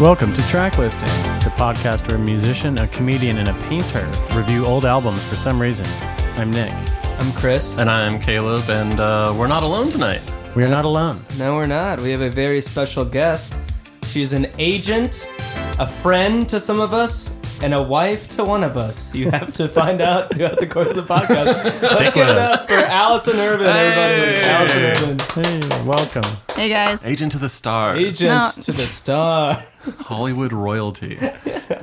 Welcome to Track Listing, the podcast where a musician, a comedian, and a painter review old albums for some reason. I'm Nick. I'm Chris. And I'm Caleb, and uh, we're not alone tonight. We are not alone. No, we're not. We have a very special guest. She's an agent, a friend to some of us, and a wife to one of us. You have to find out throughout the course of the podcast. Let's give it up for Allison Irvin, everybody. Hey. Allison Irvin, Hey, welcome. Hey guys. Agent to the Stars, agent No. to the star. Hollywood royalty.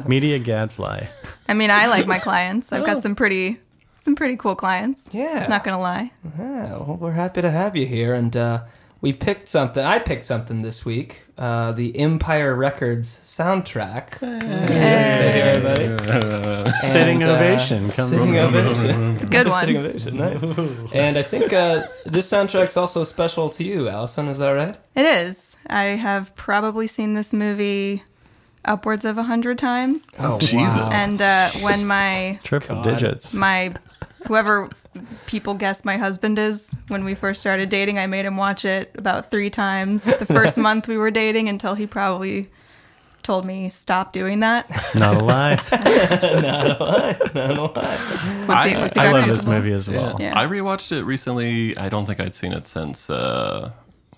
Media Gadfly. I mean, I like my clients. I've Oh. got some pretty some pretty cool clients. Yeah. Not gonna lie. Yeah, well, we're happy to have you here, and uh, we picked something. I picked something this week: uh, the Empire Records soundtrack. Hey, everybody. Sitting And, uh, ovation. Come sitting Mm-hmm. ovation. It's a good Sitting one. ovation. Nice. And I think uh, this soundtrack's also special to you, Allison. Is that right? It is. I have probably seen this movie upwards of a hundred times. Oh, Jesus. And uh, when my Triple God. digits. my whoever people guess my husband is when we first started dating, I made him watch it about three times the first month we were dating until he probably told me stop doing that. Not a lie. What's he, I- what's he I got love going this on? movie as well. Yeah. I rewatched it recently. I don't think I'd seen it since, uh,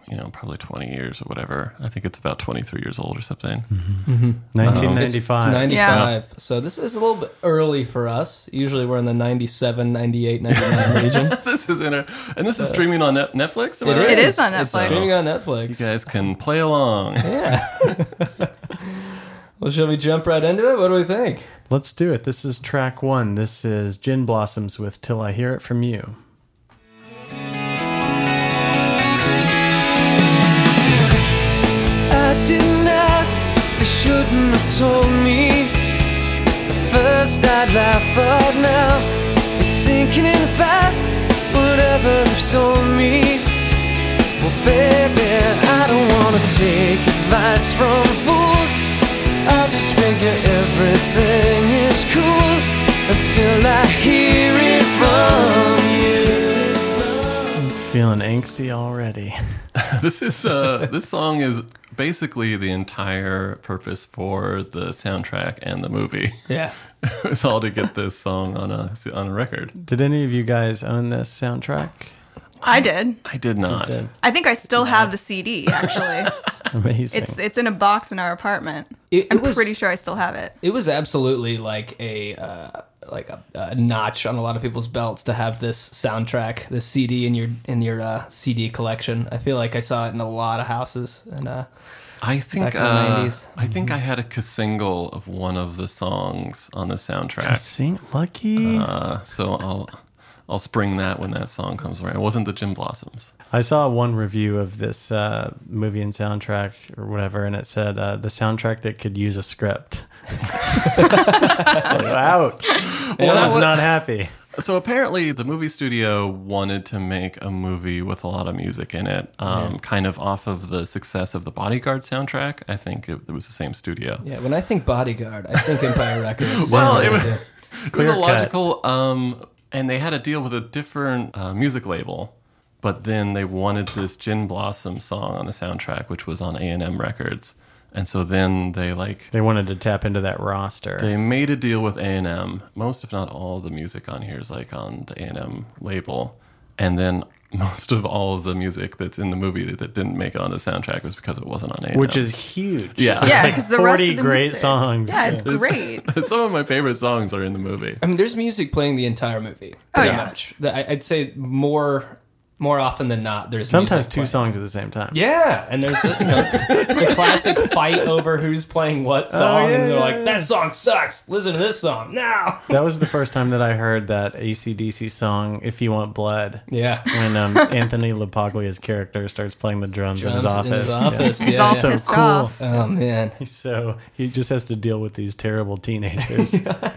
you know, probably 20 years or whatever. I think it's about 23 years old or something. Hmm. 1995. 95. So this is a little bit early for us. Usually we're in the 97, 98, 99 region. this is in a, and this is streaming on Net- Netflix. am I right? It is on Uh, It's Netflix. streaming on Netflix. You guys can play along. Well, shall we jump right into it? What do we think? Let's do it. This is track one. This is Gin Blossoms with Till I Hear It From You. I didn't ask, they shouldn't have told me. At first I'd laugh, but now it's sinking in fast. Whatever they've sold me. Well, baby, I don't wanna take advice from fools. I just figure everything is cool until I hear it from Feeling angsty already. this is uh, this song is basically the entire purpose for the soundtrack and the movie. Yeah. it was all to get this song on a on a record. Did any of you guys own this soundtrack? I did. I did not. did. I think I still have the CD actually. Amazing. It's it's in a box in our apartment. It- I'm it was- pretty sure I still have it. It was absolutely like a uh, like a, a notch on a lot of people's belts to have this soundtrack, this CD in your in your uh, CD collection. I feel like I saw it in a lot of houses, and uh, I think Back in the uh, 90s. I think I had a k- single of one of the songs on the soundtrack. Sing lucky. Uh, so I'll I'll spring that when that song comes around. It wasn't the Jim Blossoms. I saw one review of this uh, movie and soundtrack or whatever, and it said uh, the soundtrack that could use a script. It's like, ouch! that Someone's wa- not happy. So apparently, the movie studio wanted to make a movie with a lot of music in it, um, kind of off of the success of the Bodyguard soundtrack. I think it, it was the same studio. yeah. When I think Bodyguard, I think Empire Records. Well, it was- Yeah. It was a Clear cut. logical, um, and they had a deal with a different uh, music label, but then they wanted this Gin Blossom song on the soundtrack, which was on A and M Records, and so then they like They wanted to tap into that roster. they made a deal with A and M. Most, if not all, the music on here is like on the A and M label, and then most of all of the music that's in the movie that, that didn't make it on the soundtrack was because it wasn't on A and M, which is huge. Yeah. There's Yeah, like 'cause the rest forty of the great music- songs. Yeah, it's great. some of my favorite songs are in the movie. I mean, there's music playing the entire movie. Oh, Pretty yeah. much. The- I- I'd say more more often than not, there's Sometimes music two playing. songs at the same time. Yeah, and there's you know, the classic fight over who's playing what song, yeah, and they're Oh, yeah, like, yeah. "That song sucks. Listen to this song now." That was the first time that I heard that ACDC song "If You Want Blood." Yeah, When um, Anthony LaPaglia's character starts playing the drums, in his Drums office, in his Yeah. office, He's yeah. all So pissed cool. off. Oh man, So he just has to deal with these terrible teenagers.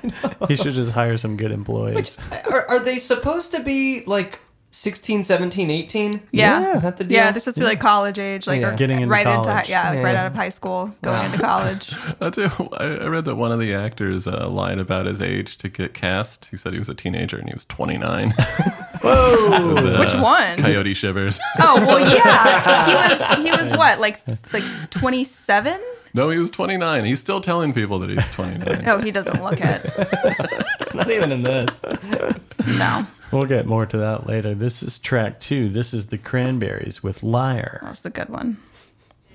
he should just hire some good employees. are, are they supposed to be like 16, 17, 18? Yeah. is that the deal? Yeah, they're supposed to be like college age, like Yeah. or Getting into right into college. hi- yeah, like right Yeah. out of high school, going into college. I do. I I read that one of the actors uh, lied about his age to get cast. He said he was a teenager and he was 29. Whoa! Which one? Coyote Shivers. Oh well, yeah, he was he was what like like 27. No, he was 29. He's still telling people that he's 29. No, Oh, he doesn't look it. Not even in this. No. We'll get more to that later. This is track two. This is the Cranberries with Liar. That's a good one.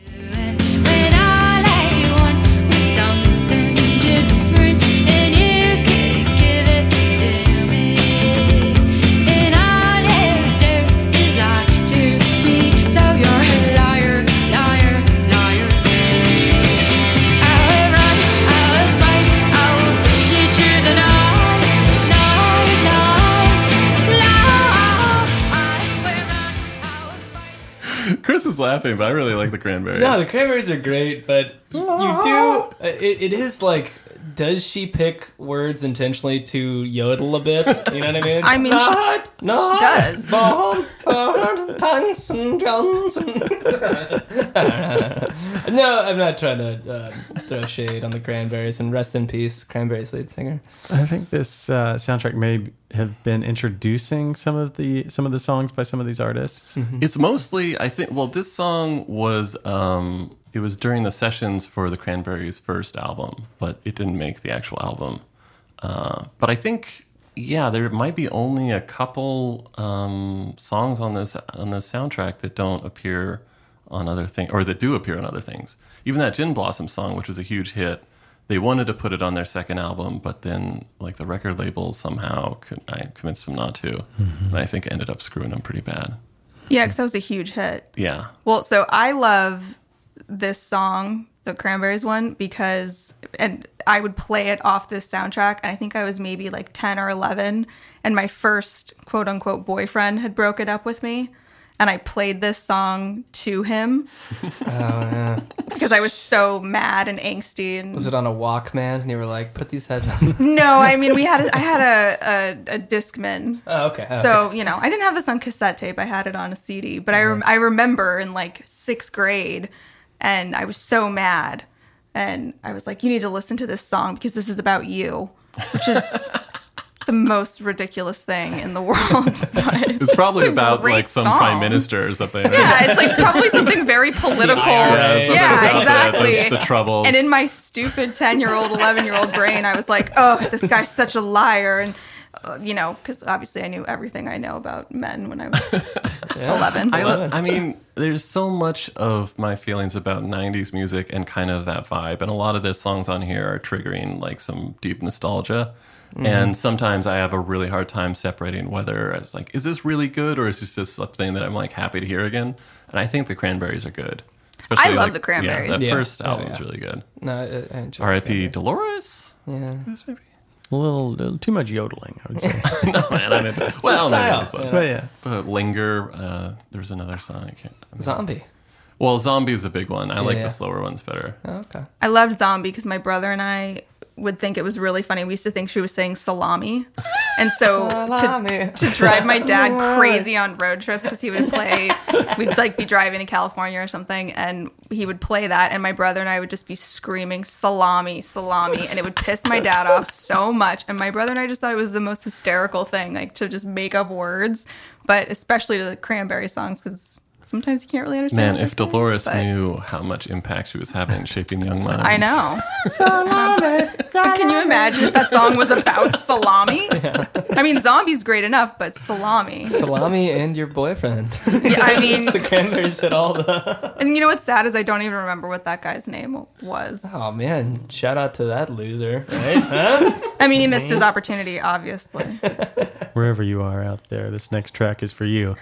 When all I want was something different, and you could give it to me. And all you do is lie to me, so you're a liar, liar, liar. I will run, I will fight, I will take you through the night, night, night, love. I will run, I will fight. Chris is laughing, but I really like the Cranberries. No, the cranberries are great, but you do. uh, It, it is like, does she pick words intentionally to yodel a bit? You know what I mean? I mean, she- she, not does. Bomb, bomb, tons and tons and- no, I'm not trying to uh, throw shade on the cranberries. And rest in peace, cranberries lead singer. I think this uh, soundtrack may have been introducing some of the some of the songs by some of these artists. It's mostly, I think, well, this song was, um, it was during the sessions for the Cranberries' first album, but it didn't make the actual album. Uh, but I think, yeah, there might be only a couple um, songs on this on this soundtrack that don't appear on other things, or that do appear on other things. Even that Gin Blossom song, which was a huge hit, they wanted to put it on their second album, but then like the record label somehow could, I convinced them not to, and I think ended up screwing them pretty bad. Yeah, because that was a huge hit. Yeah. Well, so I love this song, the Cranberries one, because and I would play it off this soundtrack, and I think I was maybe like ten or eleven, and my first quote unquote boyfriend had broke it up with me, and I played this song to him Oh, because I was so mad and angsty. And Was it on a Walkman? And you were like, put these headphones. no, I mean we had a, I had a a, a Discman. oh, okay. Oh, okay. So you know, I didn't have this on cassette tape. I had it on a CD. But I rem- I remember in like sixth grade, and I was so mad, and I was like, "You need to listen to this song because this is about you," which is the most ridiculous thing in the world. But It's probably a about great like some song. prime minister or something. right? yeah, it's like probably something very political. IRA. something Yeah, about exactly. The, the, the troubles. And in my stupid 10 year old, 11 year old brain, I was like, oh, this guy's such a liar. And, uh, you know, because obviously I knew everything I know about men when I was 11. I, lo- I mean, there's so much of my feelings about 90s music and kind of that vibe. And a lot of the songs on here are triggering like some deep nostalgia. And sometimes I have a really hard time separating whether it's like, is this really good or is this just something that I'm like happy to hear again? And I think the Cranberries are good. Especially, love the Cranberries. Yeah, that Yeah. first Oh, album's yeah. really good. no, I, I enjoyed R.I.P. Dolores. Yeah. This maybe. A little, little too much yodeling, I would say. no, man, I mean, well, style, no, it's you like- know. but yeah, But linger, uh, there's another song. I can't. Zombie. Well, zombie's a big one. I like Yeah. the slower ones better. Oh, okay. I loved Zombie because my brother and I would think it was really funny. We used to think she was saying salami. And so Salami. to, to drive my dad crazy on road trips because he would play, we'd like be driving to California or something and he would play that. And my brother and I would just be screaming salami, salami. And it would piss my dad off so much. And my brother and I just thought it was the most hysterical thing, like to just make up words, but especially to the cranberry songs because sometimes you can't really understand. Man, what they're if Dolores saying, but- knew how much impact she was having in shaping young minds, I know. But can you imagine if that song was about salami? I mean, zombie's great enough, but salami. Salami and your boyfriend. Yeah, I mean, the cranberries hit all the. and you know what's sad is I don't even remember what that guy's name was. Oh man! Shout out to that loser. I mean, he missed his opportunity, obviously. wherever you are out there, this next track is for you.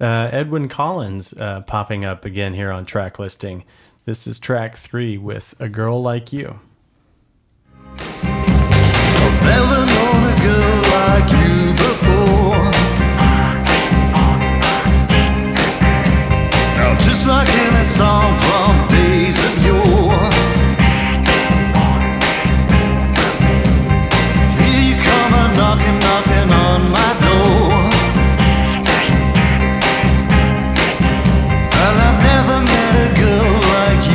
Uh, Edwin Collins uh, popping up again here on track listing. This is track three with A Girl Like You. Never known a girl like you before. Now, just like in a song from days of yore. Here you come a knocking, knocking on my door. Well, I've never met a girl like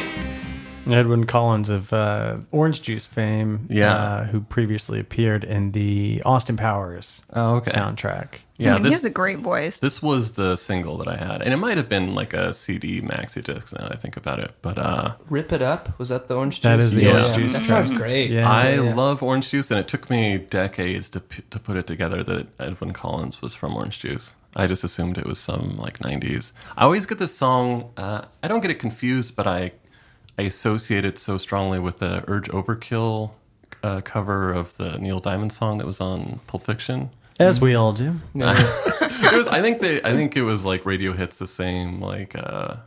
you before. I Edwin Collins of uh, Orange Juice fame, Yeah. uh, who previously appeared in the Austin Powers Oh, okay. soundtrack. Yeah, I mean, he this has a great voice. this was the single that I had, and it might have been like a CD maxi disc. Now that I think about it, but uh, Rip It Up? Was that the orange juice? That is the Yeah. Orange Juice That track. sounds great. Yeah. I love Orange Juice, and it took me decades to p- to put it together that Edwin Collins was from Orange Juice. I just assumed it was some like '90s. I always get this song. Uh, I don't get it confused, but I I associate it so strongly with the Urge Overkill uh, cover of the Neil Diamond song that was on Pulp Fiction. As we all do. It was. I think they. I think it was like Radio hits the same like uh,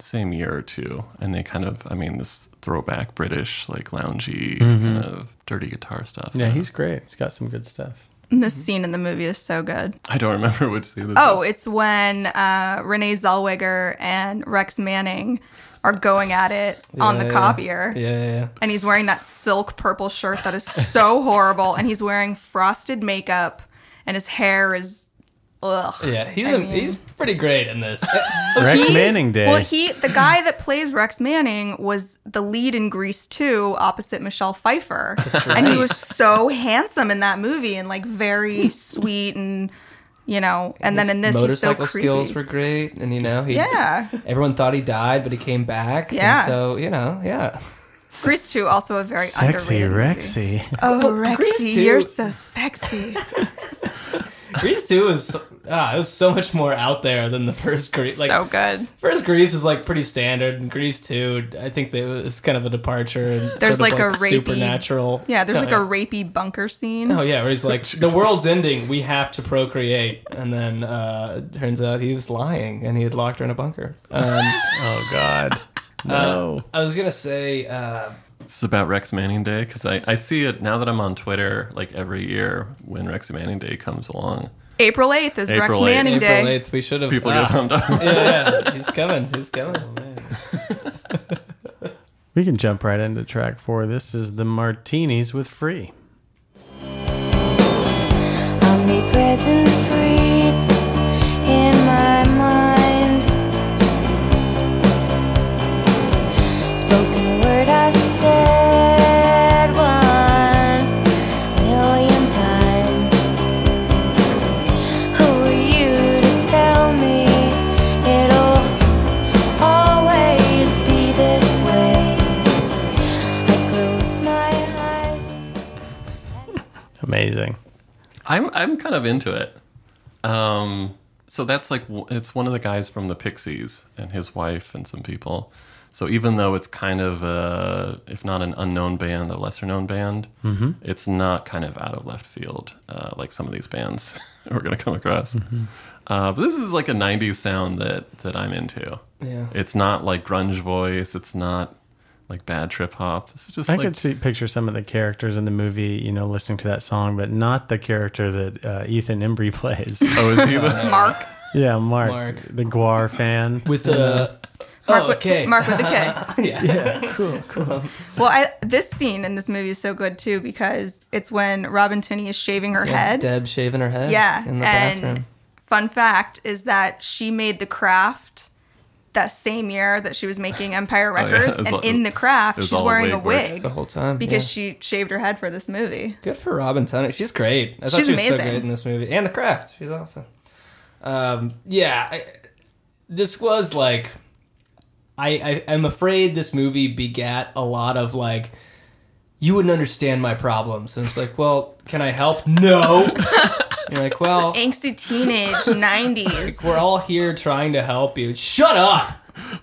same year or two, and they kind of. I mean, this throwback British like loungy kind of dirty guitar stuff. Mm-hmm. Yeah, Uh, he's great. He's got some good stuff. And this scene in the movie is so good. I don't remember which scene this Oh, is. it's when uh, Renee Zellweger and Rex Manning are going at it on the yeah. copier. Yeah, yeah, yeah. And he's wearing that silk purple shirt that is so horrible. And he's wearing frosted makeup and his hair is. Ugh. Yeah, he's I a, mean- he's pretty great in this. Rex He- Manning Day. Well, he the guy that plays Rex Manning was the lead in Grease 2 opposite Michelle Pfeiffer. And he was so handsome in that movie and like very sweet and you know, and then in this he's so motorcycle creepy. skills were great, and you know, he, yeah. Everyone thought he died, but he came back. and Yeah. so you know, yeah. Grease 2 also a very Sexy underrated movie. Rexy. Oh, Rexy, Grease 2. you're so sexy. Grease two was ah, it was so much more out there than the first Grease. Like so good. first Grease was like pretty standard, and Grease two, I think that it was kind of a departure. And There's sort of, like a rapey- supernatural. Yeah, there's like a kinda- rapey bunker scene. Oh yeah, where he's like, the world's ending. We have to procreate, and then uh, it turns out he was lying, and he had locked her in a bunker. Um, Oh, God. Oh. No. I was gonna say, uh, This is about Rex Manning Day because I, I see it now that I'm on Twitter like every year when Rex Manning Day comes along. April 8th is April Rex 8th. Manning April Day. eighth. We should have. People get ah, pumped up. yeah, yeah, he's coming. He's coming. We can jump right into track four. This is the Martinis with Free. Omnipresent freeze in my mind. Spoken word I've said one million times. Who are you to tell me it'll always be this way? I close my eyes. Amazing. I'm I'm kind of into it. Um, so that's like w- it's one of the guys from the Pixies and his wife and some people. So even though it's kind of a, if not an unknown band, a lesser known band, Mm-hmm. it's not kind of out of left field uh, like some of these bands we're gonna come across. Mm-hmm. Uh, but this is like a '90s sound that that I'm into. Yeah. It's not like grunge voice. It's not like bad trip hop. This is just I like could see picture some of the characters in the movie, you know, listening to that song, but not the character that uh, Ethan Embry plays. oh, is he the, Mark. yeah, Mark, Mark. the Guar fan. With the Mark, oh, with- okay. Mark with the K. yeah. Well, I, this scene in this movie is so good too because it's when Robin Tooney is shaving her head. Deb shaving her head. yeah, In the and bathroom. fun fact is that she made the craft that same year that she was making Empire yeah, it Records, was and all- in the it craft was she's all wearing a wig work. wig The whole time. because she shaved her head for this movie. she, good for Robin Tunney. She's great. I thought She's she was so amazing. great in this movie. And the craft. She's awesome. Um, yeah. I, this was like I, I I'm afraid this movie begat a lot of like you wouldn't understand my problems. And it's like, well, can I help? No. You're like, well, Angsty teenage '90s. we're all here trying to help you. Shut up.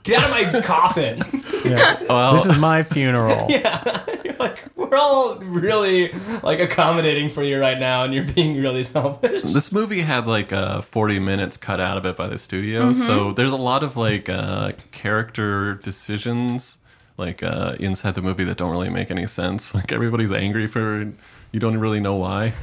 Get out of my coffin. Yeah. well, this is my funeral. You're like, we're all really like accommodating for you right now, and you're being really selfish. This movie had like uh, 40 minutes cut out of it by the studio, so there's a lot of like uh, character decisions like uh, inside the movie that don't really make any sense. Like everybody's angry for you don't really know why.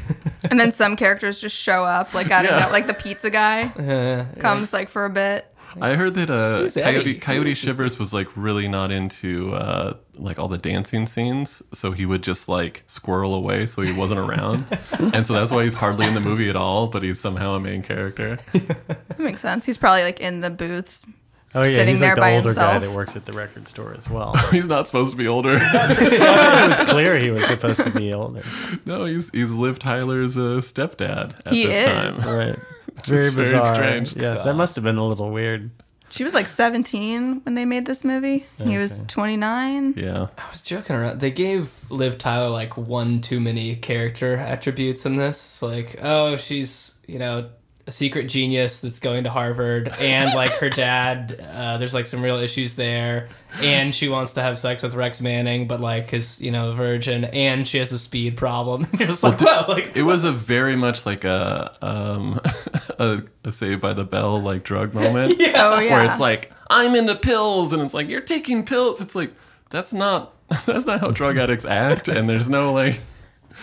and then some characters just show up, like I don't Yeah. know, like the pizza guy comes like for a bit. I heard that uh, Who's Coyote, Eddie? Who Coyote is this Shivers was like really not into uh, like all the dancing scenes, so he would just like squirrel away, so he wasn't around, and so that's why he's hardly in the movie at all. But he's somehow a main character. That makes sense. He's probably like in the booths Oh yeah, sitting he's there like the by older guy himself. that works at the record store as well. He's not supposed to be older. it was clear he was supposed to be older. no, he's he's Liv Tyler's uh, stepdad at He this is. time. Right. Very is very bizarre. strange. Yeah, that must have been a little weird. She was like 17 when they made this movie. He was 29. Yeah. I was joking around. They gave Liv Tyler like one too many character attributes in this. It's like, oh, she's you know a secret genius that's going to Harvard, and like her dad, uh, there's like some real issues there, and she wants to have sex with Rex Manning, but like his you know a virgin, and she has a speed problem. You're just like, whoa, like It was a very much like a um a, a Saved by the Bell like drug moment. Oh yeah. Where it's like, I'm into pills and it's like, You're taking pills. It's like that's not that's not how drug addicts act and there's no like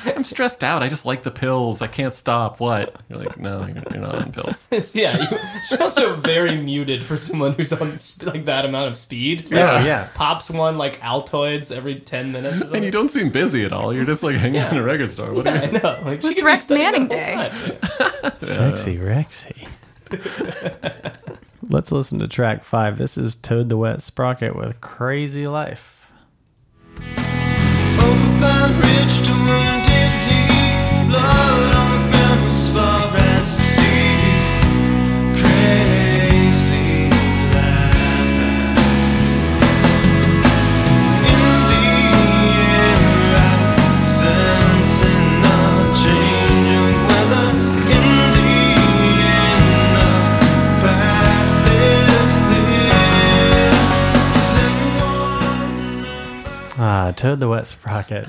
I'm stressed out. I just like the pills. I can't stop. What? You're like, no, you're you're not on pills. this. Yeah, you, she's also very muted for someone who's on sp- like that amount of speed. Like, Yeah, yeah. pops one like Altoids every ten minutes. Or something. And you don't seem busy at all. You're just like hanging out in a record store. What are I you? know. Like, she What's could be Rex studying Manning the whole Day? time. Sexy Rexy. Let's listen to track five. This is Toad the Wet Sprocket with Crazy Life. Over Pine Bridge to Wounded Knee, blood on the ground as far as the sea. Crazy life. In the air, I'm sensing a change of weather. In the end, the path is clear. Does anyone Ah, Toad the Wet Sprocket.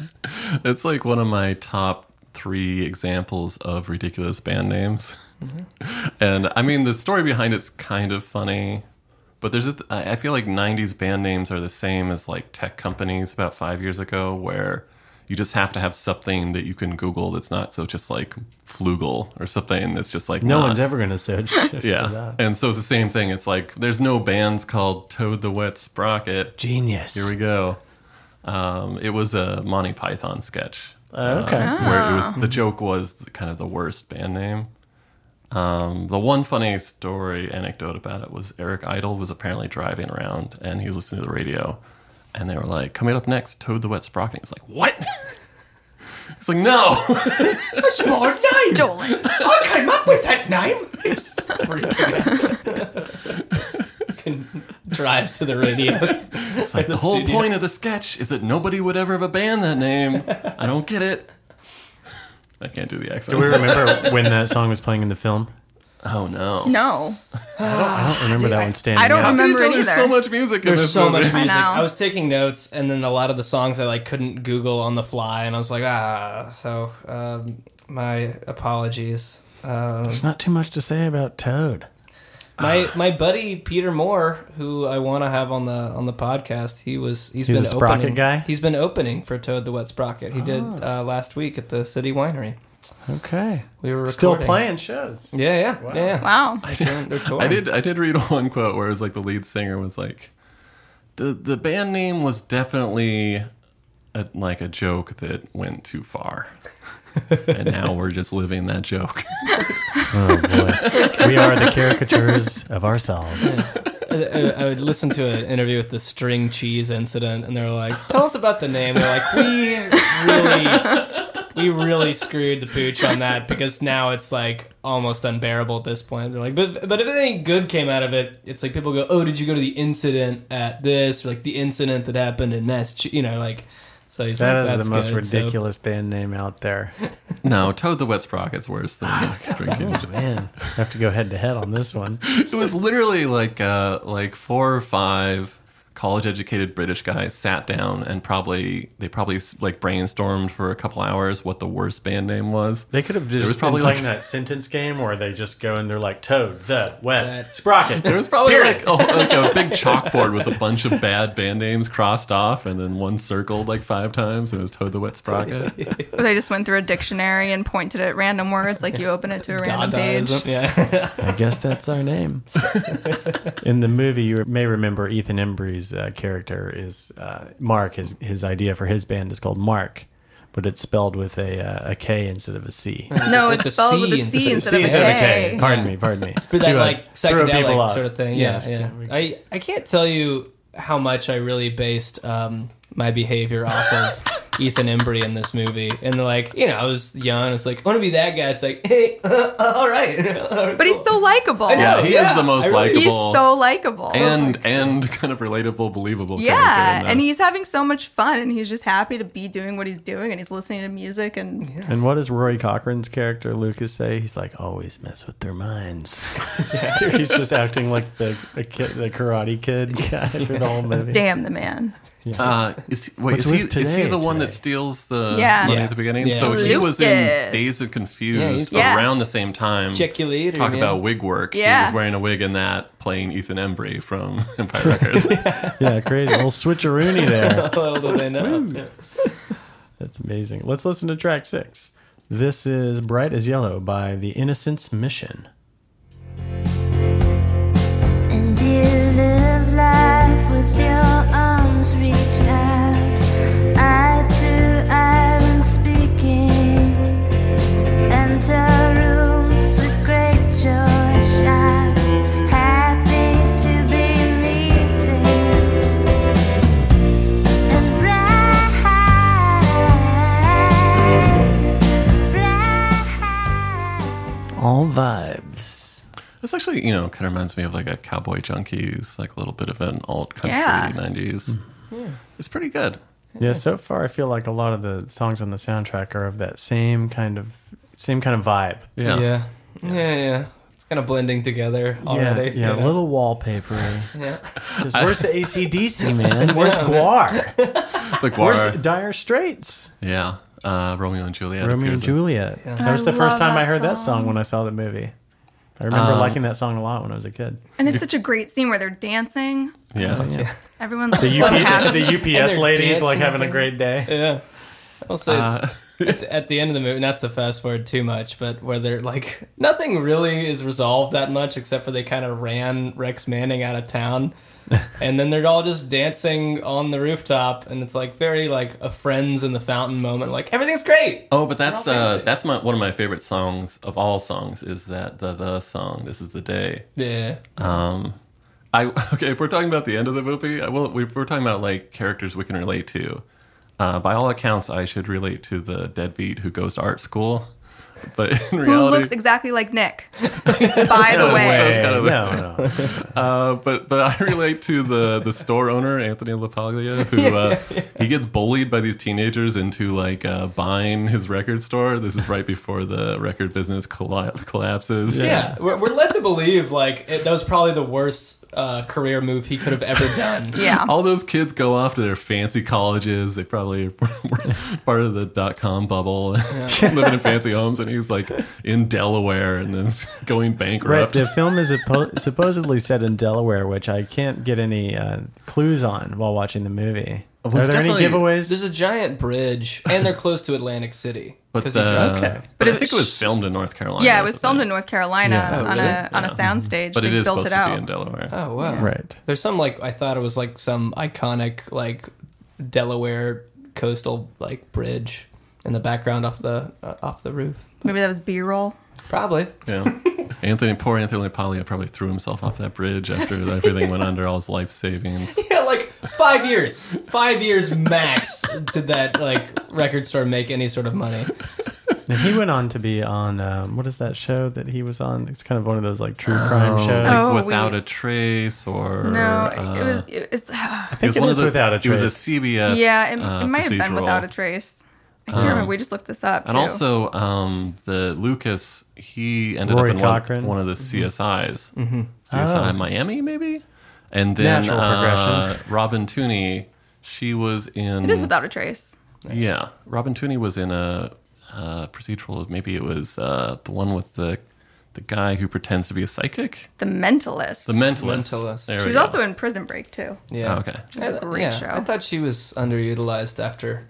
It's like one of my top three examples of ridiculous band names. Mm-hmm. and I mean, the story behind it's kind of funny, but there's a th- I I feel like 90s band names are the same as like tech companies about five years ago, where you just have to have something that you can Google that's not so just like Flugel or something that's just like No not- one's ever going to search for Ah. yeah, that. and so it's the same thing. It's like there's no bands called Toad the Wet Sprocket. Genius. Here we go. Um, it was a Monty Python sketch Uh, Oh, okay. where it was the joke was the, kind of the worst band name. Um, the one funny story anecdote about it was Eric Idle was apparently driving around and he was listening to the radio, and they were like, "Coming up next, Toad the Wet Sprocket." He was like, "What?" He's like, "No." Small nine. Dolan. I came up with that name. Drives to the radio. It's like the the, whole studio. point of the sketch is that nobody would ever have a band that name. I don't get it. I can't do the accent. Do we remember when that song was playing in the film? oh no. No. I don't remember that one standing I don't out. How can you remember tell it there's either. so much music in There's this so movie? much music. know. I, was taking notes, and then a lot of the songs I like couldn't Google on the fly, and I was like, ah. So um, my apologies. Um, There's not too much to say about Toad. my my buddy Peter Moore, who I want to have on the on the podcast, he was he's He was been a Sprocket opening- guy? He's been opening for Toad the Wet Sprocket. He did uh, last week at the City Winery. Okay. We were Still recording. playing shows. Yeah, yeah, yeah. yeah. Wow. They're- they're touring. I did. I did read one quote where it was like the lead singer was like, the the band name was definitely a, like a joke that went too far, and now we're just living that joke. Boy, we are the caricatures of ourselves. I, I would listen to an interview with the string cheese incident, and they're like, "Tell us about the name." They're like, "We really, we really screwed the pooch on that because now it's like almost unbearable at this point." They're like, "But but if anything good came out of it, it's like people go, oh, did you go to the incident at this? Or like the incident that happened in Massachusetts? You know, like." So he's That like, is That's the most good." So- ridiculous band name out there. no, Toad the Wet Sprocket's worse than like, String Cheese. Man, I have to go head to head on this one. It was literally like uh, like four or five college-educated British guys sat down and probably they probably like brainstormed for a couple hours what the worst band name was. They could have was just been probably playing like- that sentence game where they just go and they're like Toad, the wet sprocket. There was probably like a, like a big chalkboard with a bunch of bad band names crossed off, and then one circled like five times, and it was Toad the Wet Sprocket. Or they just went through a dictionary and pointed at random words like you open it to a random page. Dadaism. Yeah. I guess that's our name. In the movie, you may remember Ethan Embry's uh, character is uh, Mark. His his idea for his band is called Mark, but it's spelled with a uh, a K instead of a C. No, With it's the spelled with C a instead- C instead of a instead of a K. K. Pardon me, pardon me. for that To, uh, like throw people psychedelic off. sort of thing. Yes, yeah, yeah. we- I I can't tell you how much I really based um, my behavior off of Ethan Embry in this movie, and like you know, I was young. It's like I want to be that guy. It's like hey, all right, But he's so likable. Yeah, he Yeah, is the most I really- likable. He's so likable. and and kind of relatable, believable. yeah, character in and that. he's having so much fun, and he's just happy to be doing what he's doing, and he's listening to music, and And what does Rory Cochran's character Lucas say? He's like, always mess with their minds. He's just acting like the the, kid, the Karate Kid guy through the whole movie. damn the man. Uh, is, wait, What's is, he, with is he today, the one today? that steals the Yeah. money Yeah. at the beginning? Yeah. So he Lucas. was in Days and Yeah, Confused he's- Yeah. around the same time. check you later. Talk man. about wig work. Yeah. He was wearing a wig in that, playing Ethan Embry from Empire Records. Yeah, crazy. little switcheroony there. Although they know. That's amazing. Let's listen to track six. This is Bright as Yellow by The Innocence Mission. And you live life with your arms reached out, eye to eye when speaking. Enter rooms with great joy, shouts, happy to be meeting. And bright, bright. All vibes. this actually, you know, kind of reminds me of like a Cowboy Junkies, like a little bit of an alt country Yeah. Hmm. 90s. It's pretty good. Yeah, so far I feel like a lot of the songs on the soundtrack are of that same kind of same kind of vibe. Yeah. yeah, yeah, yeah. It's kind of blending together already. yeah, yeah, you know? a little wallpapery. Yeah. Just, where's the ACDC man? Where's Guar? The Where's Guar. Dire Straits? Yeah. Uh, Romeo and Juliet. Romeo and appears in- Juliet. That was I the first love time I that heard that song. song when I saw the movie. I Um, remember liking that song a lot when I was a kid. And it's such a great scene where they're dancing. Yeah. Oh, Everyone's The, like so happy. UP, the UPS they're ladies like dancing having a great day. Yeah. Also, Uh, at, the, at the end of the movie, not to fast forward too much, but where they're like, nothing really is resolved that much except for they kind of ran Rex Manning out of town. and then they're all just dancing on the rooftop, and it's like very like a friends in the fountain moment. Like, everything's great. Oh, but that's all uh, fancy. that's my one of my favorite songs of all songs is that the the song. This is the day. Yeah. Um, I okay. If we're talking about the end of the movie, I will. If we're talking about like characters we can relate to, uh, by all accounts, I should relate to the deadbeat who goes to art school. But in Who reality, looks exactly like Nick, by the Yeah, way. That's kind of- no, no. uh, but but I relate to the the store owner Anthony LaPaglia who uh, he gets bullied by these teenagers into like uh, buying his record store. This is right before the record business colla- collapses. Yeah, we're, we're led to believe like it, that was probably the worst uh, career move he could have ever done. Yeah. All those kids go off to their fancy colleges. They probably were part of the dot com bubble, living in fancy homes. And he's like in Delaware and then going Right, bankrupt. the film is suppo- supposedly set in Delaware, which I can't get any uh, clues on while watching the movie. Well, Are it's there any definitely- giveaways? There's a giant bridge, and they're close to Atlantic City. But, 'Cause the, he drove- Okay. but, But I it think it was- was filmed in North Carolina. Yeah, or it was something. filmed in North Carolina Yeah. Oh, on really? a on a soundstage. But they it is built supposed it to be out. in Delaware. Oh wow! Right. There's some like I thought it was like some iconic like Delaware coastal like bridge in the background off the uh, off the roof. Maybe that was B-roll. Probably. Yeah. Anthony, poor Anthony Paglia probably threw himself off that bridge after everything went under, all his life savings. Yeah, like five years, five years max. did that like record store make any sort of money? And he went on to be on um, what is that show that he was on? It's kind of one of those like true crime shows. Oh, we- without a trace or. No, uh, it was it- it's I think it, was without a It trace. was a CBS. yeah, it, uh, it might have been procedural. Um, without a trace. I can't remember. We just looked this up. And too. also, um, the Lucas, he ended Rory up in one, Cochrane. one of the CSIs, CSI Oh. Miami, maybe, and then Natural uh, progression. Robin Tooney, she was in. it is without a trace. Yeah, Robin Tooney was in a, uh procedural. Maybe it was uh, the one with the the guy who pretends to be a psychic, The Mentalist. the mentalist. Mentalist. There she we was go. also in Prison Break too. Yeah. Oh, okay. Which is a great show. Uh, I thought she was underutilized after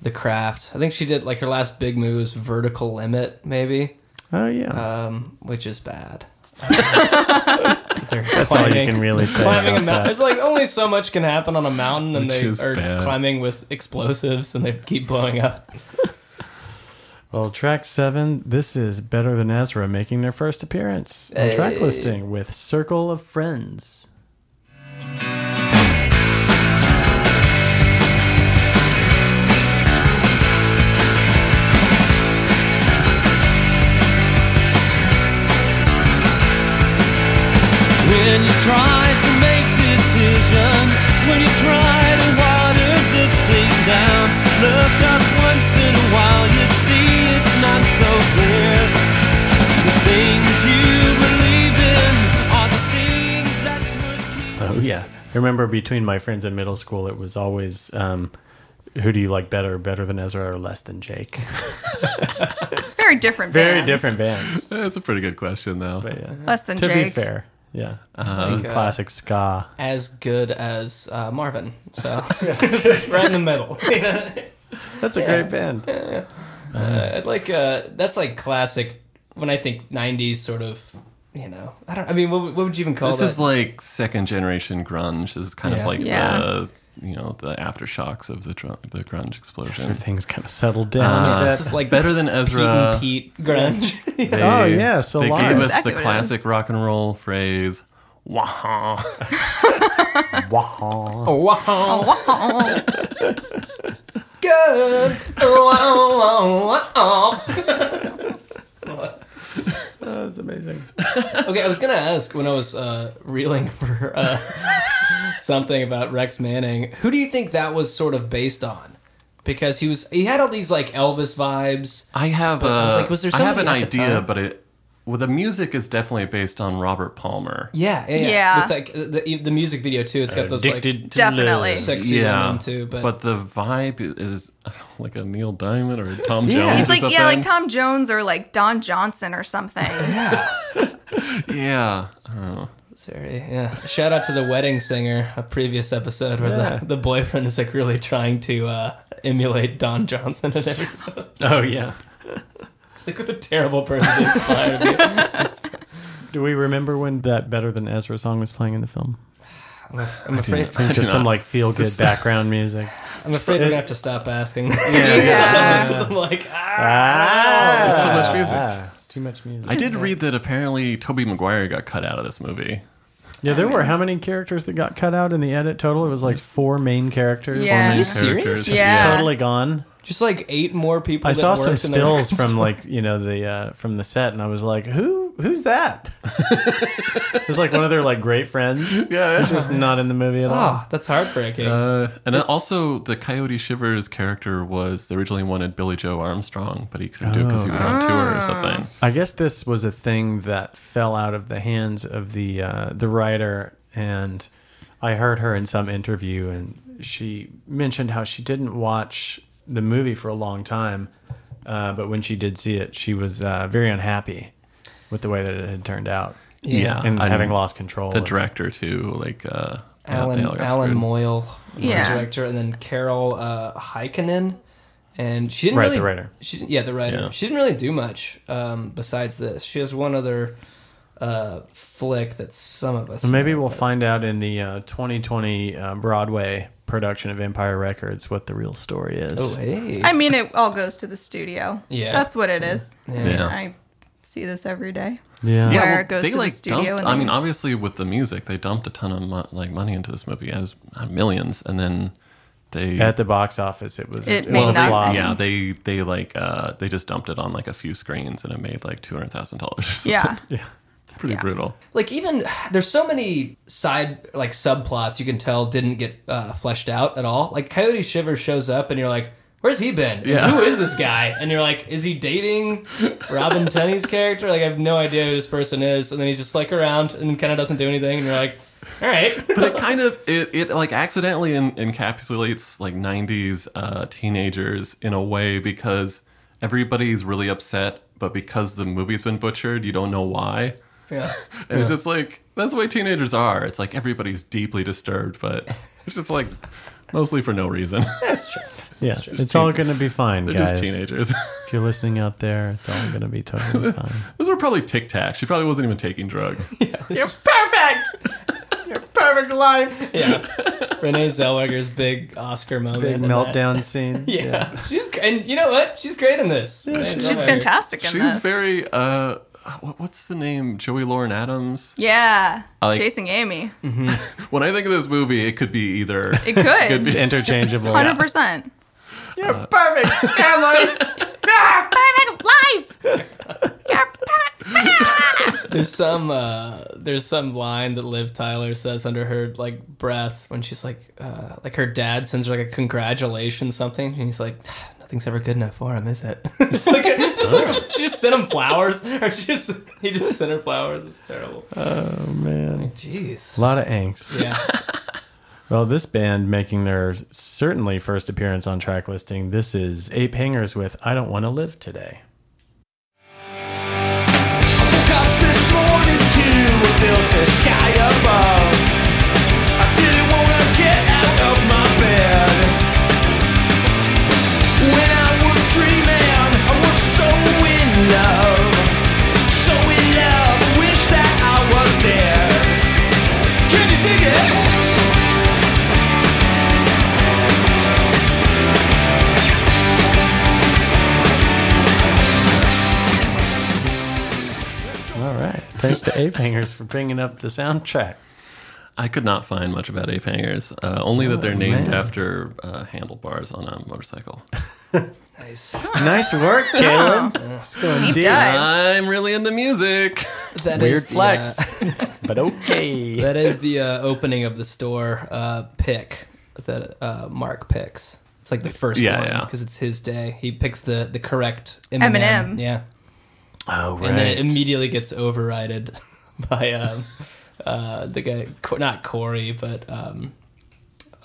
the craft. I think she did like her last big move was Vertical Limit, maybe, Oh yeah, um, which is bad. They're That's all you can really say. climbing a about mountain. that. It's like only so much can happen on a mountain, and Which they is are bad. climbing with explosives, and they keep blowing up. Well, track seven, this is Better Than Ezra making their first appearance on track listing with Circle of Friends. When you try to make decisions, when you try to water this thing down, look up once in a while, you see it's not so clear. The things you believe in are the things that's what keep. Oh, yeah. I remember between my friends in middle school, it was always um, who do you like better, better than Ezra or less than Jake? Very different. Very bands. different bands. That's a pretty good question, though. But yeah, Less than to Jake. be fair. Yeah. Some uh, classic ska. As good as uh, Marvin, so this is right in the middle. That's a great band. Uh, I'd like uh, that's like classic. When I think '90s, sort of, you know, I don't. I mean, what, would- what would you even call This that? is like second generation grunge. This is kind Yeah. of like Yeah. the you know the aftershocks of the dr- the grunge explosion. Everything's kind of settled down. Yeah, Uh, this is like Better than uh, Pete Ezra. and Pete grunge. They, Oh, yeah, so they Lars. gave us Exactly what it the was. classic rock and roll phrase. Wah. Wah. wow, Oh, wow. good. That's amazing. Okay, I was gonna ask when I was uh, reeling for uh, something about Rex Manning. Who do you think that was sort of based on? Because he was he had all these like Elvis vibes. I have I was a- like, was there I have an somebody at the idea, time? but it well the music is definitely based on Robert Palmer. Yeah, yeah, yeah. Yeah. With, like the, the music video too. It's got those Addicted to Definitely. love. like sexy women too. But, the vibe is like a Neil Diamond or a Tom Yeah. Jones. He's or like something. yeah, like Tom Jones or like Don Johnson or something. Yeah. I don't know. sorry, yeah. Shout out to the wedding singer, a previous episode where the, the boyfriend is like really trying to uh, emulate Don Johnson and everything. Oh, yeah. It's like what a terrible person to inspire me. Do we remember when that Better Than Ezra song was playing in the film? I'm, af- I'm afraid. I do Just some not. like feel good background music. I'm afraid we're gonna have to stop asking. Yeah, Yeah. 'Cause I'm like, ah. Ah, There's so much music. too much music. I did read that apparently Toby Maguire got cut out of this movie. yeah, there were how many characters that got cut out in the edit total? It was like four main characters. Yeah. you serious? Characters. Yeah. Totally gone. Just like eight more people. I that saw worked some in the record stills from store. like you know the uh, from the set, and I was like, "Who? Who's that?" it's like one of their like great friends. Yeah. Just not in the movie at Ah. all. Oh, that's heartbreaking. Uh, and then also, the Coyote Shivers character was they originally wanted Billy Joe Armstrong, but he couldn't do it because he was on tour or Oh. something. I guess this was a thing that fell out of the hands of the uh, the writer, and I heard her in some interview, and she mentioned how she didn't watch the movie for a long time, uh, but when she did see it, she was uh, very unhappy with the way that it had turned out, Yeah. and I'm- having lost control. the of- director too, like uh, they all- they Oh. Alan all got Alan screwed. Moyle, was Yeah. the director, and then Carol uh, Heikkinen, and she didn't Right, really the writer. She yeah, the writer. Yeah. She didn't really do much um, besides this. She has one other uh, flick that some of us Maybe know, we'll but- find out in the uh, 2020 uh, Broadway production of Empire Records what the real story is. Oh, hey. I mean, it all goes to the studio. Yeah. that's what it is. Yeah. I see this every day. yeah. where well, it goes they to the like studio dumped. and I then- mean, obviously with the music, they dumped a ton of mo- like money into this movie, as uh, millions, and then they At the box office, it was It it was made a nothing. flop. yeah they they like uh, they just dumped it on like a few screens and it made like two hundred thousand dollars. Yeah, pretty brutal. like even there's so many side like subplots you can tell didn't get uh, fleshed out at all. Like Coyote Shiver shows up and you're like, "Where's he been? And Yeah. Who is this guy?" And you're like, "Is he dating Robin Tunney's character?" Like I have no idea who this person is. And then he's just like around and kind of doesn't do anything. And you're like, "All right, But it kind of it, it like accidentally en- encapsulates like 90s uh, teenagers in a way because everybody's really upset but because the movie's been butchered you don't know why yeah, and it's just like that's the way teenagers are it's like everybody's deeply disturbed but it's just like mostly for no reason that's true." Yeah, it's, all going to be fine, They're guys. just teenagers. If you're listening out there, it's all going to be totally fine. Those were probably Tic Tacs. She probably wasn't even taking drugs. Perfect life. Yeah. Renee Zellweger's big Oscar moment. Big in meltdown scene. That. Yeah. She's gr- and you know what? She's great in this. Renee She's Zellweger. fantastic in She was this. very. Uh, what- What's the name? Joey Lauren Adams. yeah, like- chasing Amy. When I think of this movie, it could be either. It could. It's interchangeable. Hundred percent. Perfect family. Perfect life. You're perfect. there's some uh, there's some line that Liv Tyler says under her like breath when she's like uh, like her dad sends her like a congratulations something and he's like nothing's ever good enough for him is it just like, just like- she just sent him flowers or she just he just sent her flowers it's terrible Oh man, jeez a lot of angst. yeah Well, this band making their certainly first appearance on track listing. This is Ape Hangers with "I Don't Want to Live Today." up this morning to a filthy sky above. I didn't wanna get out of my bed. When I was dreaming, I was so in love, so in love. I wish that I was there. Can you dig it? All right. Thanks to Ape Hangers for bringing up the soundtrack. I could not find much about ape hangers. Uh, only that they're named man. after uh, handlebars on a motorcycle. Nice work, Caleb. It's going Deep deep. dive. I'm really into music. That is Weird the, flex. uh, But okay. that is the uh, opening of the store uh, pick that uh, Mark picks. It's like the first Yeah, one yeah. because it's his day. He picks the the correct Eminem. Eminem. Yeah, Oh right. and then it immediately gets overrided by um, uh, the guy, Co- not Corey, but um,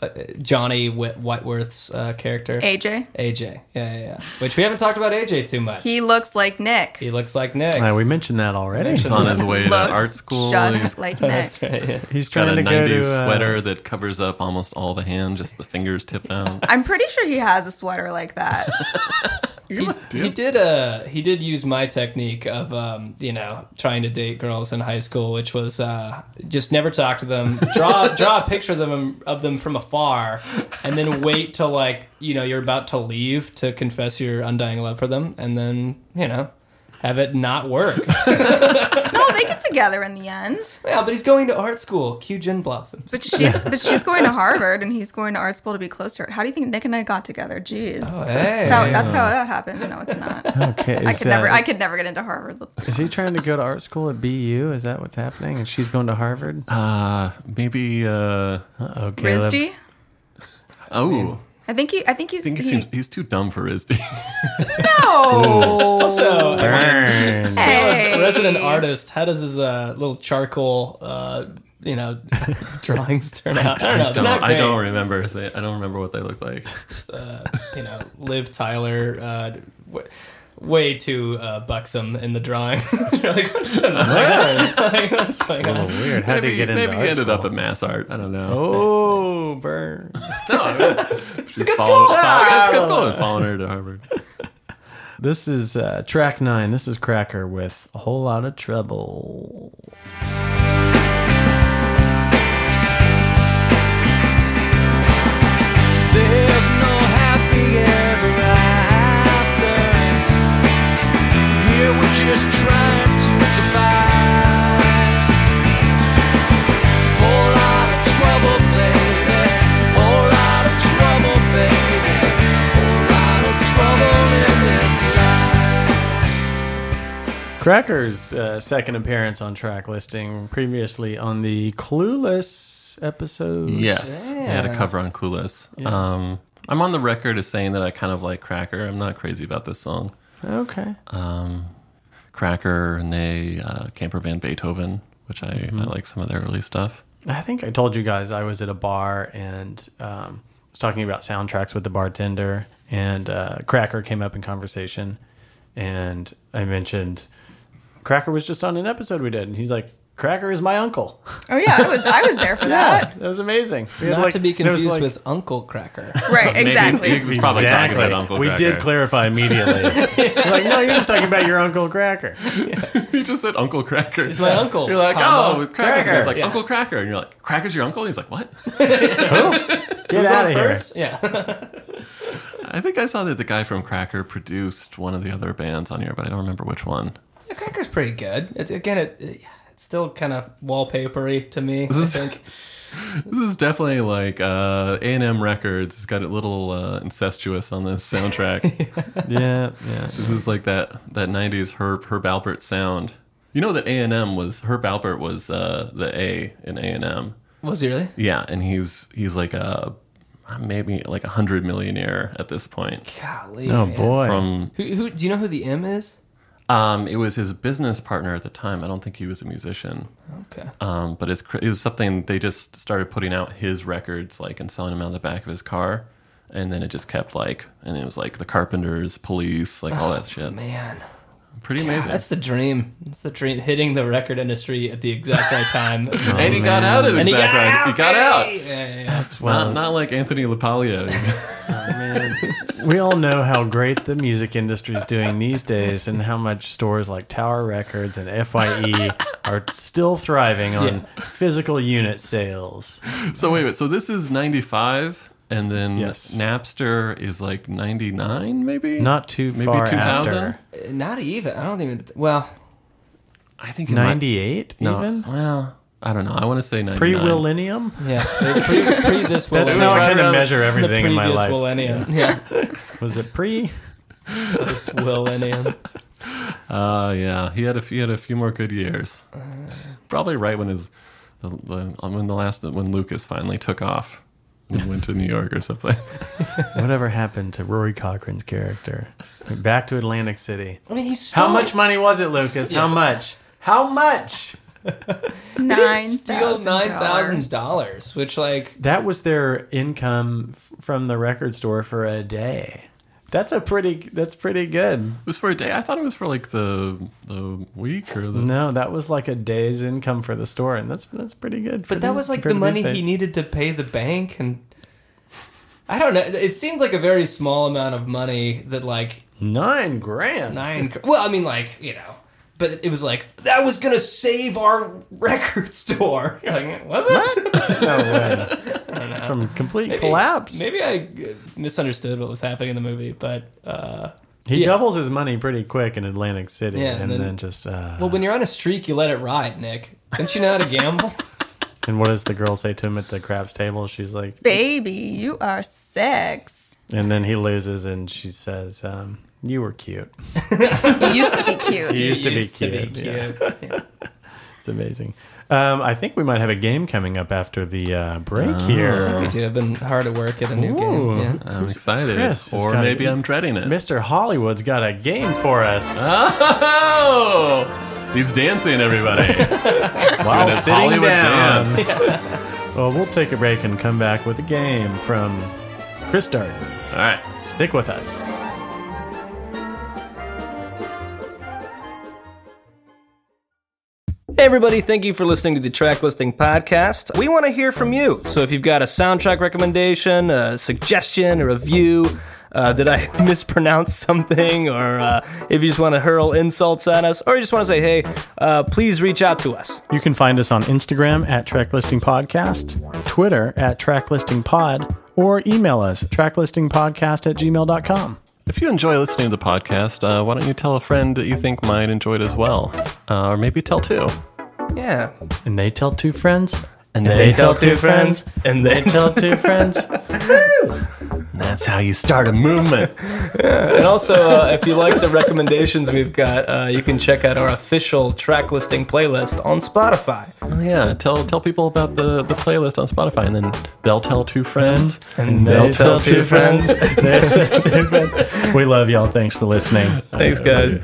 uh, Johnny Whit- Whitworth's uh, character AJ. AJ. Yeah, yeah, yeah. Which we haven't talked about AJ too much. He, He looks like Nick. looks like Nick. Uh, we mentioned that already. He's on his way to looks art school. He's Just like Nick. That's right. Yeah. He's got trying a to go to 90s uh, sweater that covers up almost all the hand, just the fingers tip out. I'm pretty sure he has a sweater like that. He did. Uh, he did use my technique of um, you know trying to date girls in high school, which was uh, just never talk to them, draw draw a picture of them of them from afar, and then wait till like you know you're about to leave to confess your undying love for them, and then you know have it not work. no, they get together in the end. yeah, but he's going to art school. Cue gin blossoms. But she's but she's going to Harvard and he's going to art school to be closer. How do you think Nick and I got together? Jeez. hey. That's how that's how that happened. No, it's not. Okay. I is, could never uh, I could never get into Harvard. Let's Is he trying to go to art school at BU? Is that what's happening? And she's going to Harvard? Uh, maybe. Uh, Uh-oh, Caleb. RISD. oh, I think he I think he's I think he he- seems he's too dumb for ISD. No. Also, I mean, Burn. Hey. resident artist, how does his uh, little charcoal, uh, you know, drawings turn out? I don't know. They're Don't- not I don't great. remember. his- I don't remember what they looked like. uh, you know, Liv Tyler, uh, w- way too uh, buxom in the drawing. You're like, what's going on? Like, what's going Oh, on? weird. How did Maybe, he get into maybe art he ended school? up at mass art. I don't know. Oh, burn. it's a good school. It's a good school. And following her to Harvard. This is uh, track nine. This is Cracker with a whole lot of trouble. There's no happy ever after. Here we're just trying to survive. Whole lot of trouble, baby. Whole lot of trouble, baby. Whole lot of trouble in this life. Cracker's uh, second appearance on track listing, previously on the Clueless episode. Yes, they had a cover on Clueless. Um, I'm on the record as saying that I kind of like Cracker. I'm not crazy about this song. Okay. um, Cracker, Nay, uh, Camper Van Beethoven, which I, I like some of their early stuff. I think I told you guys I was at a bar and um, was talking about soundtracks with the bartender, and uh, Cracker came up in conversation, and I mentioned Cracker was just on an episode we did, and he's like, Cracker is my uncle. Oh yeah, I was I was there for that. That was amazing. We had, Not like- to be there was, confused like- with Uncle Cracker. Right, exactly. Maybe he's probably talking about Uncle we Cracker. did clarify immediately. like, no, you're just talking about your uncle Cracker. he just said Uncle Cracker. It's my uncle. You're like, comma. oh, Cracker's. Cracker. And He's like, Yeah. Uncle Cracker. And you're like, Cracker's your uncle? And he's like, what? Get Is that out of here. first? Yeah. I think I saw that the guy from Cracker produced one of the other bands on here, but I don't remember which one. The Cracker's pretty good. It's, again, it, it- it's still kind of wallpapery to me. I think. This is definitely like uh, A&M Records. It's got a little uh, incestuous on this soundtrack. Yeah, yeah. this is like that, that 90s Herb, Herb Alpert sound. You know that A&M was, Herb Alpert was uh, the A in A&M. Was he really? Yeah, and he's he's like a maybe like a hundred millionaire at this point. Golly. Oh man. boy. From Who, who, do you know who the M is? um, it was his business partner at the time. I don't think he was a musician, Okay. um, but it's cr- it was something they just started putting out his records like and selling them out the back of his car, and then it just kept like and it was like the Carpenters, Police, like all that shit. Oh, Man. Pretty Uh. amazing. That's the dream. That's the dream. Hitting the record industry at the exact right time. and he got out of And exact he got right. He got out. Yeah, yeah, yeah. That's Not, well, not like Anthony LaPaglia. we all know how great the music industry is doing these days and how much stores like Tower Records and FYE are still thriving on physical unit sales. So wait a minute. So this is ninety five, and then Yes. Napster is like ninety nine, maybe. Not too Maybe far 2000? after. Uh, Not even. I don't even. Well, I think it might- 98 No, even? well, I don't know. I want to say ninety Pre nine. Willennium? yeah. Pre, pre this That's millennium. how I right kind of around- measure It's the everything in my previous life. Millennium. Yeah. Was it pre? Post millennium. Uh, yeah, he had a he had a few more good years. Uh. Probably right when his the, the, when the last when Lucas finally took off and went to New York or something. Whatever happened to Rory Cochran's character? Back to Atlantic City. I mean, he's How much money was it, Lucas? How much? How much? Nine Steal nine thousand thousand dollars. dollars, which like That was their income f- from the record store for a day. That's a pretty. That's pretty good. it was for a day. I thought it was for like the the week or the. No, that was like a day's income for the store, and that's that's pretty good. for But that these- was like compared the to these money he days. needed to pay the bank and I don't know. It seemed like a very small amount of money that like Nine grand. nine well, I mean like, you know, but it was like that was going to save our record store. You're like, was it? No way. From complete collapse. Maybe I uh, misunderstood what was happening in the movie, but uh He yeah. doubles his money pretty quick in Atlantic City, Yeah, and and, then- then, just. Uh, well, when you're on a streak, you let it ride, Nick. Don't you know how to gamble? and what does the girl say to him at the craps table? She's like, Baby, you are sex. and then he loses, and she says, um, "You were cute. You used to be cute. You used, to, be Used cute. Yeah. cute. It's amazing. Um, I think we might have a game coming up after the uh, break here. We do. I've been hard at work at Oh, a new Ooh. game. Yeah. I'm excited, Chris is or kinda- maybe I'm dreading it. Mr. Hollywood's got a game for us Ah, Oh, he's dancing, everybody. while It's sitting Hollywood down. dance. Well, we'll take a break and come back with a game from Chris Darden. All right. Stick with us. Hey, everybody, thank you for listening to the Track Listing Podcast. We want to hear from you. So if you've got a soundtrack recommendation, a suggestion, a review, uh, did I mispronounce something? Or uh, if you just want to hurl insults at us, or you just want to say, hey, uh, please reach out to us. You can find us on Instagram at Tracklisting Podcast, Twitter at Tracklisting Pod, or email us tracklistingpodcast at gmail.com. If you enjoy listening to the podcast, uh, why don't you tell a friend that you think might enjoy it as well? Uh, or maybe tell two. Yeah. And they tell two friends, And they tell two friends, And then tell two friends. That's how you start a movement. And also, uh, if you like the recommendations we've got, uh, you can check out our official track listing playlist on Spotify. oh, yeah, tell tell people about the, the playlist on Spotify, and then they'll tell two friends. And they'll tell two friends. They tell two friends. We love y'all. Thanks for listening. Thanks, guys.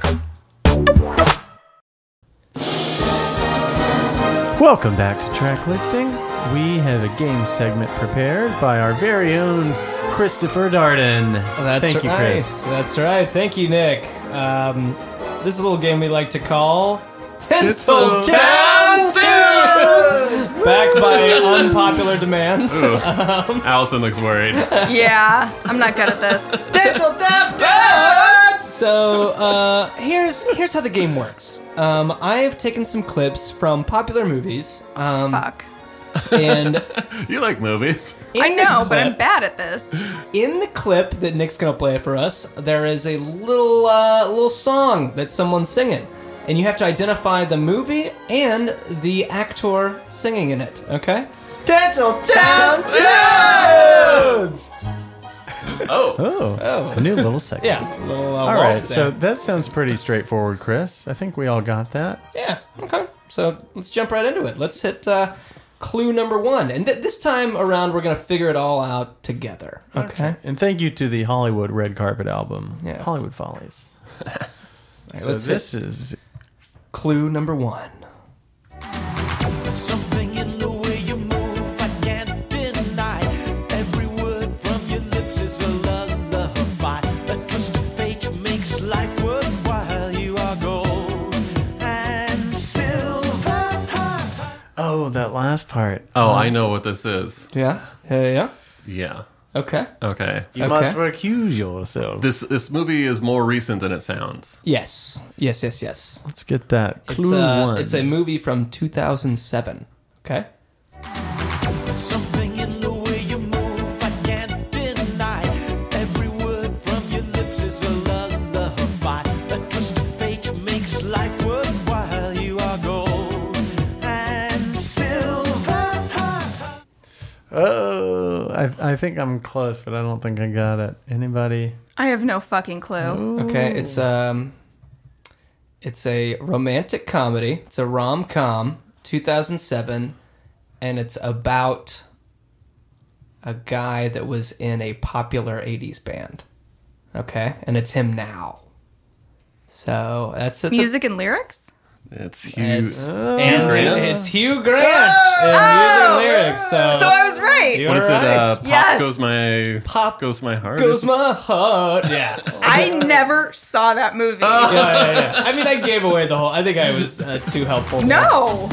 Welcome back to Track Listing. We have a game segment prepared by our very own Christopher Darden. Thank you, Oh, right. Chris. That's right. Thank you, Nick. Um, this is a little game we like to call Tinsel Town Tinsel. back by unpopular demand. Allison looks worried. Yeah, I'm not good at this. So uh, here's here's how the game works. Um, I've taken some clips from popular movies, um, Fuck. and You like movies. I in the know, but I'm clip- bad at this. in the clip that Nick's gonna play for us, there is a little uh, little song that someone's singing, and you have to identify the movie and the actor singing in it. Okay. Oh, A new little section. Yeah. a Little, uh, All right. waltz So there. that sounds pretty straightforward, Chris. I think we all got that. yeah. Okay. So let's jump right into it. Let's hit uh, clue number one, and th- this time around we're gonna figure it all out together. Okay. And thank you to the Hollywood Red Carpet album, Yeah. Hollywood Follies. Alright, So let's hit this is clue number one. Something in the way you move, I can't deny. Every word from your lips is a lullaby. A twist of fate makes life worthwhile. You are gold and silver. oh that last part. Oh, I know what this is. Yeah. Yeah. Yeah. Yeah. Okay. Okay. You must recuse yourself. This this movie is more recent than it sounds. Yes. Yes. Yes. Yes. Let's get that clue It's a, one. it's a movie from 2007. Okay. Something in the way you move, I can't deny. Every word from your lips is a lullaby. A twist of fate makes life worthwhile. You are gold and silver. oh, I, I think I'm close, but I don't think I got it. Anybody? I have no fucking clue. Okay. It's um, it's a romantic comedy. It's a rom com, 2007, and it's about a guy that was in a popular 80s band. Okay, and it's him now. So that's, that's a- Music and lyrics? It's huge. It's, Hugh Grant. It's Hugh Grant in music and lyrics. So, Ah! Oh! So I was right. You're what is right. it? Uh, pop Yes. goes my Pop goes my heart. goes my heart. Yeah. I never saw that movie. yeah, yeah, yeah. I mean, I gave away the whole. I think I was uh, too helpful. there. No.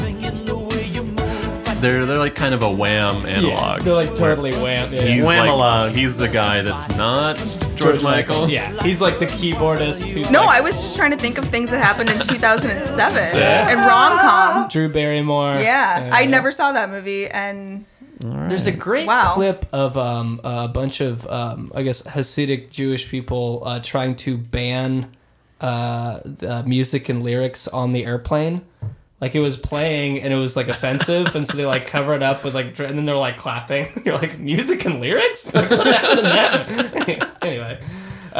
they're they're like kind of a wham yeah, analog. they're like totally wham. Yeah, He's yeah. like, he's the guy that's not George, Michael. Yeah, he's like the keyboardist. Who's No, like I was just trying to think of things that happened in 2007 and rom com. Drew Barrymore. Yeah, Uh, I never saw that movie, and There's a great Wow. clip of um, a bunch of um, I guess Hasidic Jewish people uh, trying to ban uh, the music and lyrics on the airplane. Like it was playing and it was like offensive, and so they like cover it up with like, dr- and then they're like clapping. You're like music and lyrics. Like, what happened to that? anyway, uh,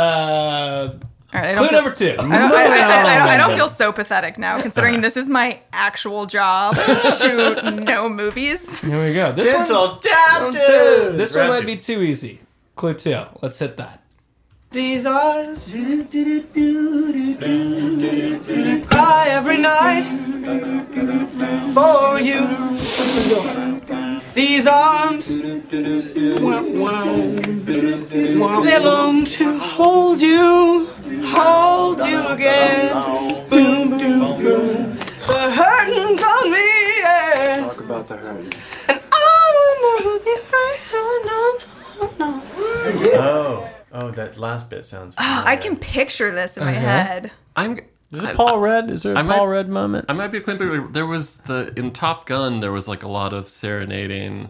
all right, I don't clue feel- number two. I don't, I, I, I, I don't, I don't feel so pathetic now, considering this is my actual job is to know movies. Here we go. This one, two. this one might be too easy. Clue two. Let's hit that. These eyes cry every night for you. These arms they long to hold you, hold you again. Boom, boom, boom. The hurting's on me. Yeah. Talk about the hurting. And I will never be right. Oh, no, no, no. Oh, oh, that last bit sounds. Familiar. Ah, I can picture this in my Uh-huh. head. I'm. Is I- it Paul Red? Is there a I might- Paul Red moment? I might be claiming there was the in Top Gun there was like a lot of serenading,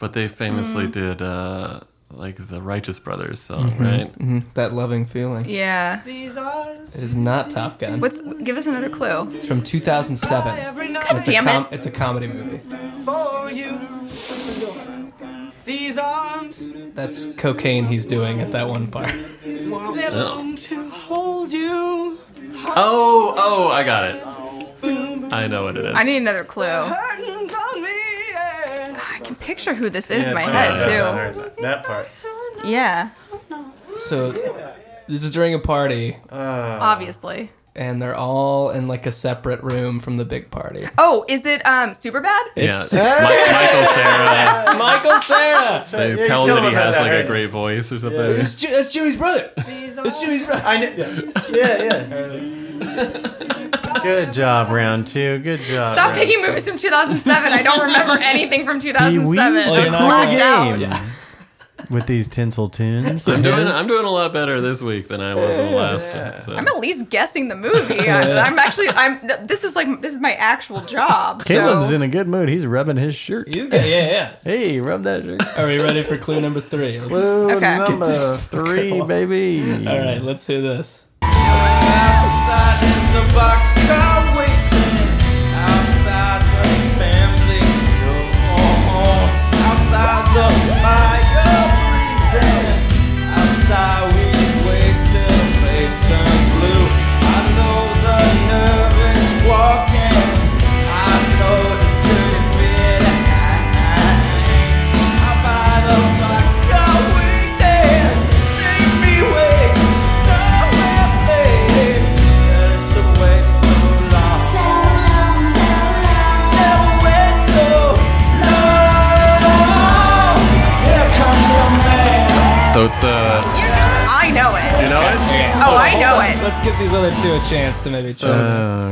but they famously did uh like the Righteous Brothers song, right? That loving feeling. Yeah. These eyes. It is not Top Gun. What's? Give us another clue. It's from 2007. Every night It's a, Damn com- it. it's a comedy movie. for you. These arms, That's cocaine he's doing at that one part. they long to hold you. Oh, oh, I got it. I know what it is. I need another clue. I Curtains on me. Yeah. can picture who this is in my Yeah, head totally. I too. heard that, that part. Yeah, So this is during a party, obviously. and they're all in like a separate room from the big party. Oh, is it um super bad? yeah, It's- Mi- Michael Michael Sarah. Sarah. They tell still him that he don't has have like that, a right? great voice or something. That's, Ju- that's Jimmy's brother. That's Jimmy's brother. I know. Yeah, yeah. yeah. Good job, round two. Good job. Stop round picking movies from 2007. I don't remember anything from Be 2007. Weezy. So you're It's not locked out. With these tinsel tunes. I'm It doing is. I'm doing a lot better this week than I was the last episode. I'm at least guessing the movie. I, I'm actually. I'm. This is like. This is my actual job. Caleb's so. in a good mood. He's rubbing his shirt. You get, yeah, yeah. Hey, rub that shirt. Are we ready for clue number three? Let's- Ooh, Okay. Number three, baby. all right, let's hear this. Outside in the boxcar waiting. Outside the family still on. Outside the fire breathing. Outside we wait till face turn blue. I know the nerve is walking. I know the dirty bit of I'm by the boxcar waiting. Take me wait. Nowhere place. There's a way so long. Never wait so long. Here comes your man. So it's uh, I know it. you know it. Oh, I know Let- it. Let's give these other two a chance to maybe try.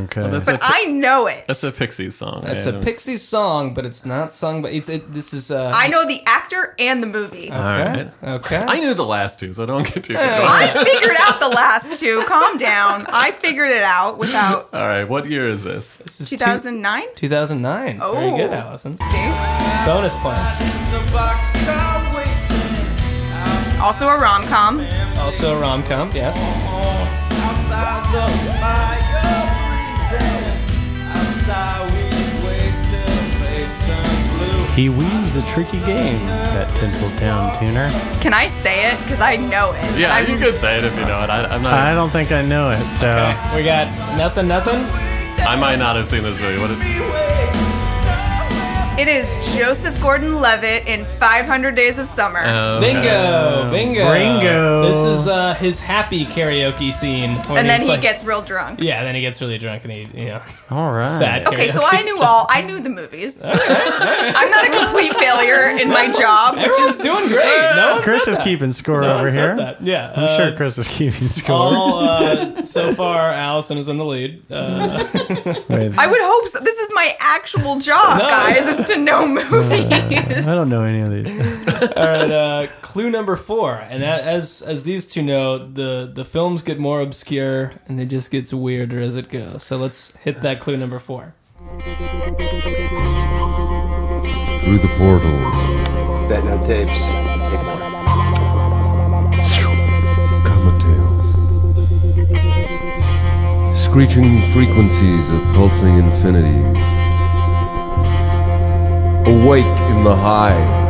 Okay. That's a, But I know it. that's a Pixies song. That's Yeah. a Pixies song, but it's not sung. But it's it. This is. Uh, I know the actor and the movie. All right. Okay. I knew the last two, so don't get too. I figured out the last two. Calm down. I figured it out without All right, what year is this? This is two- 2009. 2009. Oh. Very good, Allison. See? Bonus points. The boxcar waiting. Also a rom com. Also a rom com. Yes. Outside the fire breathing. Outside we wait till face turn blue. He weaves a tricky game, that Tinseltown tuner. Can I say it? Because I know it. Yeah, I'm- you could say it if you know it. I, I'm I not. don't think I know it, so We got nothing. Nothing. I might not have seen this movie. What is? It is Joseph Gordon Levitt in 500 Days of Summer. Uh, okay. Bingo. Bingo. Bingo. This is uh, his happy karaoke scene. when and then he's he like- gets real drunk. Yeah. Then he gets really drunk and he. You know. all right. Sad. Okay, so I knew all. I knew the movies. I'm not a complete failure in my job, which Everyone's is doing great. No. one's Chris said is that. keeping score No over one's here. said that. Yeah. I'm uh, sure Chris is keeping score. All uh, so far, Allison is in the lead. Uh, Wait, I would hope so. This is my actual job, No. guys, is to know movies. I don't know any of these. all right, uh, clue number four, and a- as as these two know, the the films get more obscure and it just gets weirder as it goes. So let's hit that clue number four. Through the portal. Bet no tapes. Take one. Comet tails. Screeching frequencies of pulsing infinities. Awake in the hive.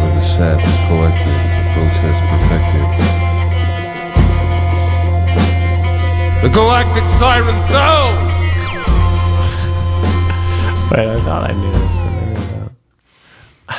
Where the sap is collected, the process perfected. The galactic siren sounds! Wait, I thought I knew this, but maybe I don't.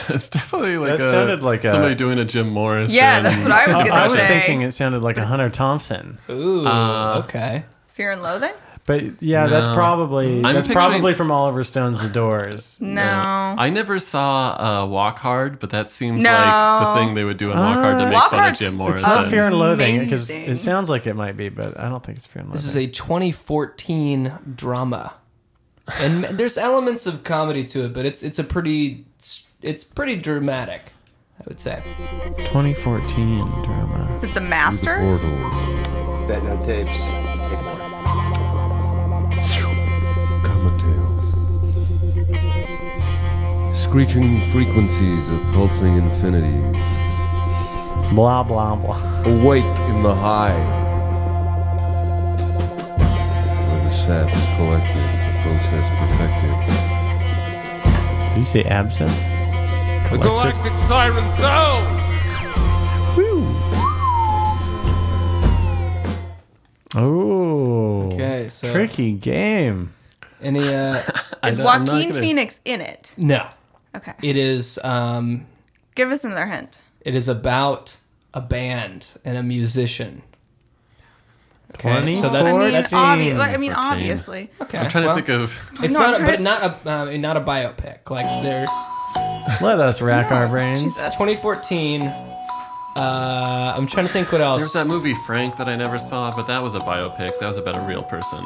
It's definitely like That a, sounded like a- somebody doing a Jim Morris. yeah, that's what I was going to I was say. thinking it sounded like a Hunter Thompson, Ooh, okay. Fear and Loathing? but yeah, that's probably I'm that's picturing- probably from Oliver Stone's The Doors. No. I never saw uh, Walk Hard, but that seems No. like the thing they would do in Walk Hard to make Walk fun Hard's- of Jim It's Morris. not Fear and Loathing because Amazing. it sounds like it might be, but I don't think it's Fear and Loathing. This is a 2014 drama, and there's elements of comedy to it, but it's it's a pretty it's pretty dramatic, I would say. 2014 drama. Is it The Through the Master? portal. Bet no tapes. Take one. Comet tails. Screeching frequencies of pulsing infinities. Blah blah blah. Awake in the hive. Where the sap is collected, the process perfected. Did you say absinthe? The Collected. galactic siren sounds! Oh. Okay, so- tricky game. Any uh, Is don't- I'm not Joaquin gonna- Phoenix in it? no, Okay. it is um Give us another hint. It is about a band and a musician. Twenty so that's- I mean, that's- obvi- I mean 14. obviously. Okay, I'm trying well, to think of. It's No, I'm not, a, trying but to- not a um, not a biopic. Like they're Let us rack our brains. Jesus. 2014 Uh, I'm trying to think what else. There was that movie Frank that I never saw, but that was a biopic. That was about a real person.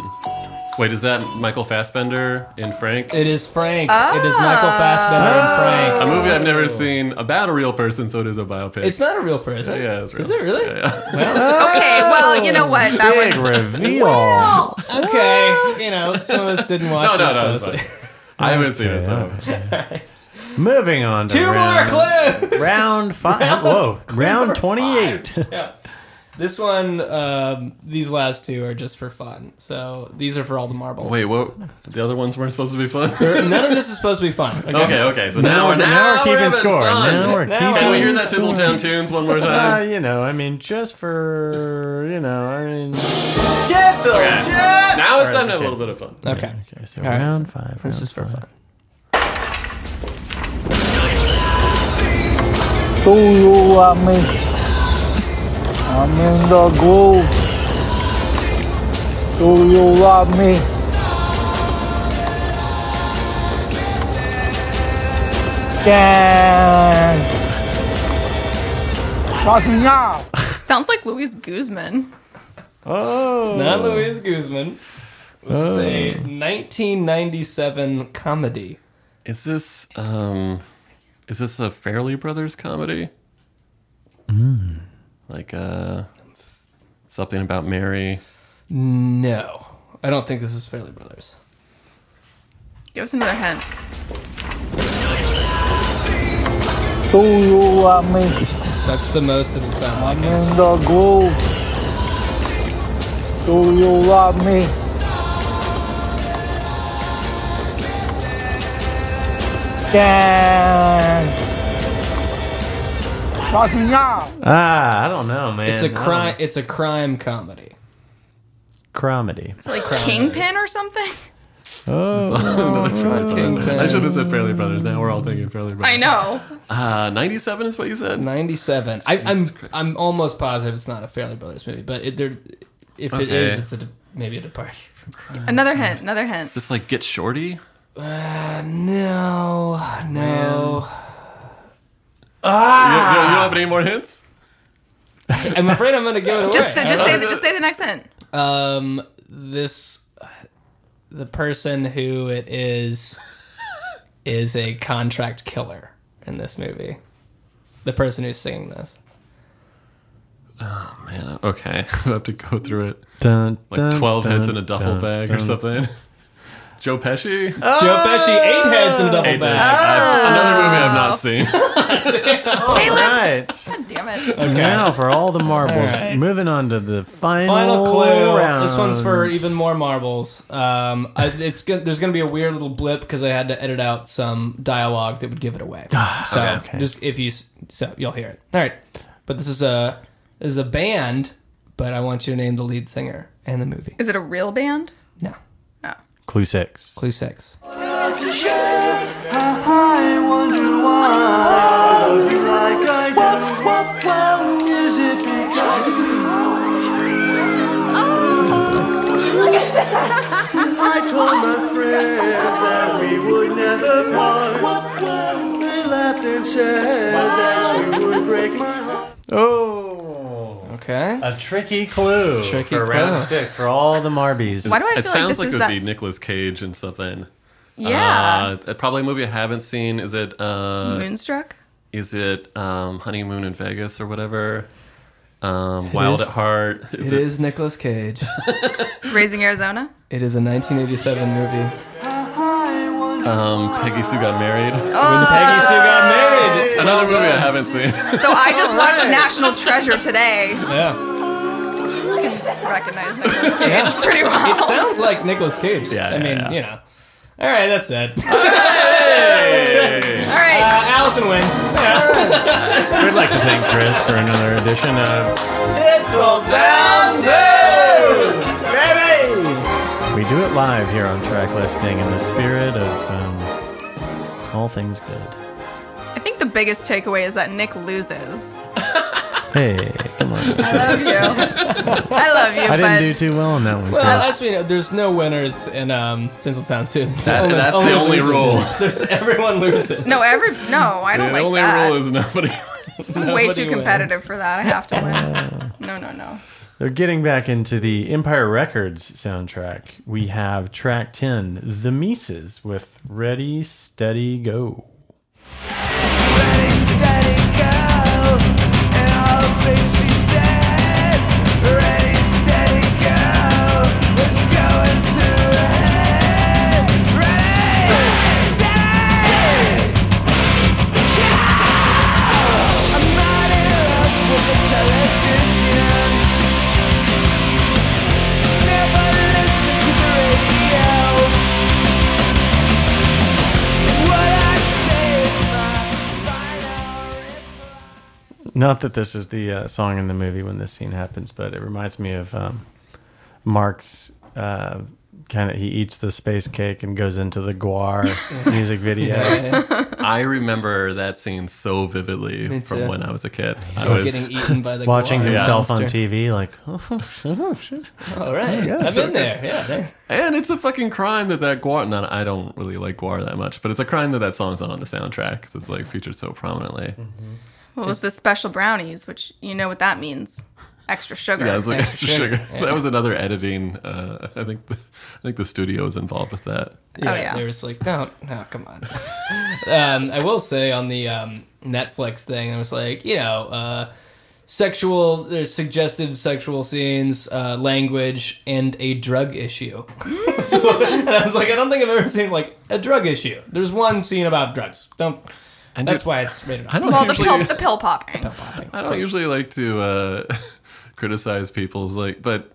Wait, is that Michael Fassbender in Frank? It is Frank. It is Ah. Michael Fassbender and Frank. a movie I've never seen about a real person, so it is a biopic. It's not a real person. Oh. yeah, it's real. Is it really? Yeah, yeah. Well, Okay, well, you know what? That Big would. reveal. okay. You know, some of us didn't watch no, no, this no. it's closely. fine. I haven't seen it. So. Moving on. To Two more round, clues. Round five. Whoa. Round twenty-eight. yeah. This one, um, these last two are just for fun. So these are for all the marbles. Wait, what? The other ones weren't supposed to be fun. None of this is supposed to be fun. Okay. okay, okay. So Now, now, we're, now we're keeping having score. fun. Now we're Now keeping. Can we hear that Tizzletown tunes one more Uh, time? you know, I mean, just for you know, I mean. Gentle, Okay. gentle. Now it's time to have a little bit of fun. Okay. Okay, so right. round five. This round is for five. fun. Oh, you are me. I'm in the groove. Do you love me? Can't. Fucking up. Sounds like Luis Guzman. Oh, Not Luis Guzman. This is a Oh. 1997 comedy. Is this um, is this a Fairly Brothers comedy? Like uh, something about Mary. No, I don't think this is Fairly Brothers. Give us another hint. Do you love me? That's the most of the sound. I'm in the groove. Do you love me? Can't. Fucking up. ah, I don't know, man. It's a crime. crime It's a crime comedy. comedy. Is it like Kingpin or something? Oh, Another fried bun. Kingpin. I should have said Fairly Brothers. Now we're all thinking Fairly Brothers. I know. Uh, 97 is what you said? 97. I, I'm Christ. I'm almost positive it's not a Fairly Brothers movie, but it, there, if it Okay. is, it's a de- maybe a departure. Another hint. Another hint. Just like Get Shorty? Uh, no, no. You, you- you don't have any more hints? I'm afraid I'm gonna give it away. Just just say the, just say the next hint. um, this the person who it is is a contract killer in this movie. The person who's singing this. Man, okay. I have to go through it. dun, Like 12 dun, heads in a duffel dun, bag or dun. something. Joe Pesci? It's Joe Pesci, eight heads in a double Eight bag. Days. I've- another movie I've not seen. All right. God damn it. Now for all the marbles. All right. Moving on to the final, Final clue. Round. This one's for even more marbles. Um, I, it's go- there's going to be a weird little blip because I had to edit out some dialogue that would give it away. so Okay. just if you s- so you'll hear it. All right, but this is a this is a band, but I want you to name the lead singer and the movie. Is it a real band? No, clue six. Blue Six. I wonder why I love you like I do. Is it because you I told my friends that we would never part. They laughed and said that you would break my heart. Oh, Okay. a tricky clue Tricky for round clue. six for all the marbies. Why do I feel It sounds like like this it would be is that? Nicolas Cage and something. yeah. Uh, probably a movie I haven't seen. Is it uh, Moonstruck. Is it um, Honeymoon in Vegas or whatever? Um, Wild is- at Heart. Is It is Nicolas Cage. Raising Arizona. It is a 1987 movie. um, Peggy Sue Got Married? When Peggy Sue got married. Another movie I haven't seen. So I just watched National Treasure today. Yeah. Recognize Nicolas Cage pretty well. It sounds like Nicolas Cage. Yeah, I yeah, mean, yeah. you know. All right, that's it. All right. Uh, Allison wins. We'd like to thank Chris for another edition of We Do It Live here on track listing in the spirit of um, all things good. I think the biggest takeaway is that Nick loses. Hey, come on. I love you. I love you. I but didn't do too well on that one. Chris. Well, Uh, as we know, there's no winners in um, Tinseltown too. That- that's the only losers. rule. there's everyone loses. no, every no, I don't the like only that. rule is nobody. I'm way too Nobody competitive for that. I have to win. no, no, no. They're getting back into the Empire Records soundtrack. We have track 10, The Mises, with Ready, Steady, Go. Not that this is the uh, song in the movie when this scene happens, but it reminds me of um, Mark's uh, kind of he eats the space cake and goes into the Guar music video. I remember that scene so vividly Me from too. when I was a kid. He's I was getting eaten by the Watching guar himself on monster. TV, like, "Oh, All right. Yeah. I've been there. Yeah. thanks. And it's a fucking crime that that Guar. Not I don't really like Guar that much, but it's a crime that that song's not on the soundtrack 'cause it's like featured so prominently. Mm-hmm. What was the special brownies? Which you know what that means? Extra sugar. Yeah, it was like extra sugar. Yeah. That was another editing. Uh, I think the, I think the studio was involved with that. Oh, yeah. They were just like, don't, no, come on. um, I will say on the um, Netflix thing, it was like, you know, uh, sexual, there's suggestive sexual scenes, uh, language, and a drug issue. so, and I was like, I don't think I've ever seen like a drug issue. There's one scene about drugs. Don't. And that's you- why it's rated R. I don't well, the usually- pill, the pill popping. I don't usually like to uh, criticize people's like, but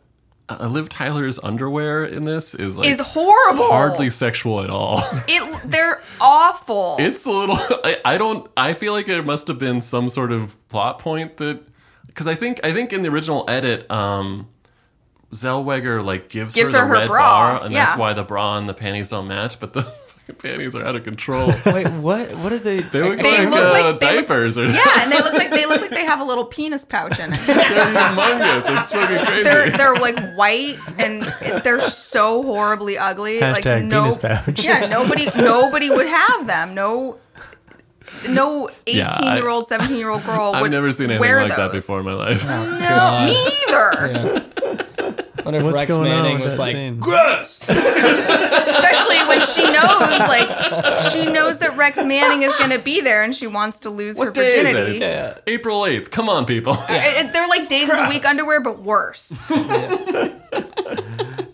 uh, Liv Tyler's underwear in this is like Is horrible. hardly sexual at all. It. They're awful. It's a little. I, I don't. I feel like there must have been some sort of plot point that, because I think I think in the original edit, um, Zellweger like gives, Gives her the her her red bra, bar, and yeah. that's why the bra and the panties don't match. But the fucking panties are out of control. Wait, what? What are they? They look They like, look uh, like- they look- diapers or Yeah, and they look like they look like they have a little penis pouch in it. they're humongous. It's fucking crazy. They're they're like white and it- they're so horribly ugly. like Hashtag no, penis pouch. yeah, nobody nobody would have them. No, no Yeah, I- eighteen year old, seventeen year old girl. I've would never seen anything wear like that those. before in my life. No, me either. wonder if What's Rex going on Manning with was that like, scene? gross. Especially when she knows, like, she knows that Rex Manning is going to be there, and she wants to lose her What day is it? virginity. It's April 8th. Come on, people. It- it- They're like days of the week underwear, but worse. Uh,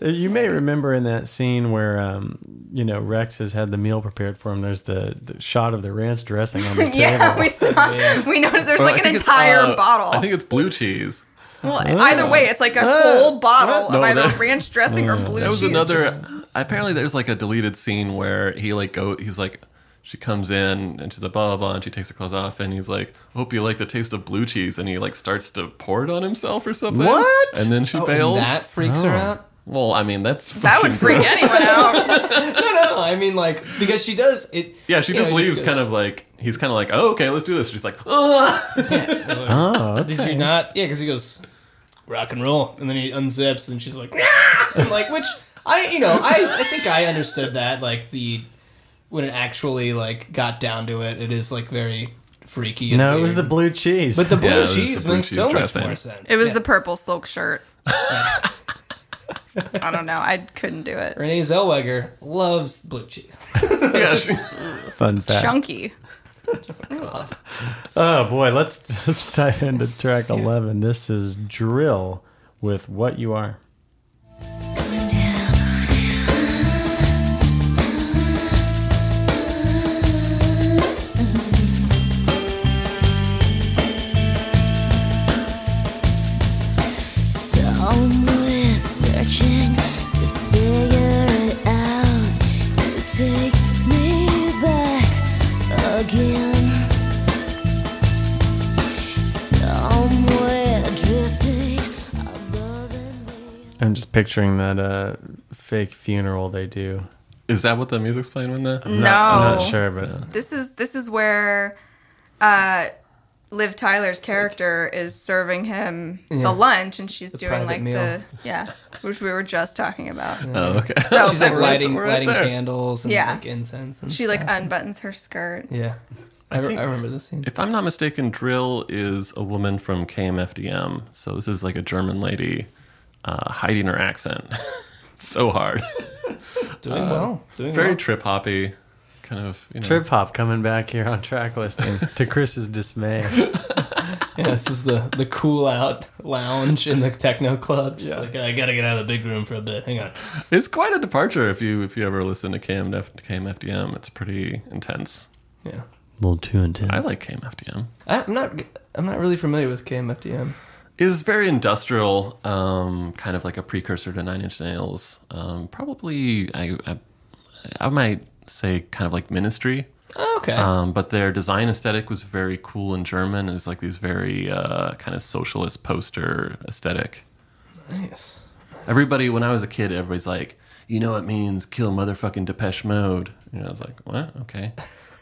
You may remember in that scene where um, you know Rex has had the meal prepared for him. There's the, the shot of the ranch dressing on the table. yeah, we saw. We noticed there's Or I like an think it's, entire uh, bottle. I think it's blue cheese. well, Uh, Ah. either way, it's like a uh, whole bottle No, of either that- ranch dressing Mm. or blue That was cheese. another. just- Apparently, there's like a deleted scene where he like go. He's like, she comes in and she's like blah blah blah, and she takes her clothes off, and he's like, hope you like the taste of blue cheese, and he like starts to pour it on himself or something. What? And then she Oh, and fails. that freaks her Oh. out? Well, I mean, that's That would fucking freak gross. anyone out. no, no. I mean, like, because she does it. Yeah, she you just know, it leaves, goes- kind of like he's kind of like, oh, okay, let's do this. She's like, oh, Oh, Did you not? Yeah, because he goes rock and roll, and then he unzips, and she's like, "Ah!" And, like, which I, you know, I, I think I understood that, like the when it actually like got down to it, it is like very freaky. and No, it was the weird. blue cheese. But the blue Yeah, it was the cheese blue makes cheese so much dressing. more sense. It was the purple silk shirt. I don't know. I couldn't do it. Renee Zellweger loves blue cheese. yeah, she, Fun fact. Chunky. Oh boy, let's just dive into track eleven. This is Drill with What You Are. Somewhere searching to figure it out. You take me back again. Somewhere drifting. I'm just picturing that uh, fake funeral they do. Is that what the music's playing when that? I'm not, I'm not No. sure, but This is this is where uh Liv Tyler's character is serving him Yeah. the lunch and she's The doing private like meal. the yeah, which we were just talking about. Oh, okay. So she's like we're- lighting we're lighting there. candles and yeah. like incense. And she like stuff. unbuttons her skirt. yeah. I, re- I remember this scene. If I'm not mistaken, Drill is a woman from KMFDM. So this is like a German lady uh, hiding her accent so hard. Doing well, doing very well. trip hoppy, kind of. You know, Trip hop coming back here on track listing to Chris's dismay. Yeah, this is the the cool out lounge in the techno club. Just like I gotta get out of the big room for a bit. Hang on. It's quite a departure if you if you ever listen to KMF, KMFDM. It's pretty intense. Yeah, A little too intense. I like KMFDM. I, I'm not I'm not really familiar with KMFDM. is very industrial, um, kind of like a precursor to Nine Inch Nails. Um, probably, I, I, I might say, kind of like Ministry. Oh, okay. Eh. Um, but their design aesthetic was very cool and German. It was like these very uh, kind of socialist poster aesthetic. nice. Everybody, when I was a kid, everybody's like, you know, it means kill motherfucking Depeche Mode. And I was like, what? Okay.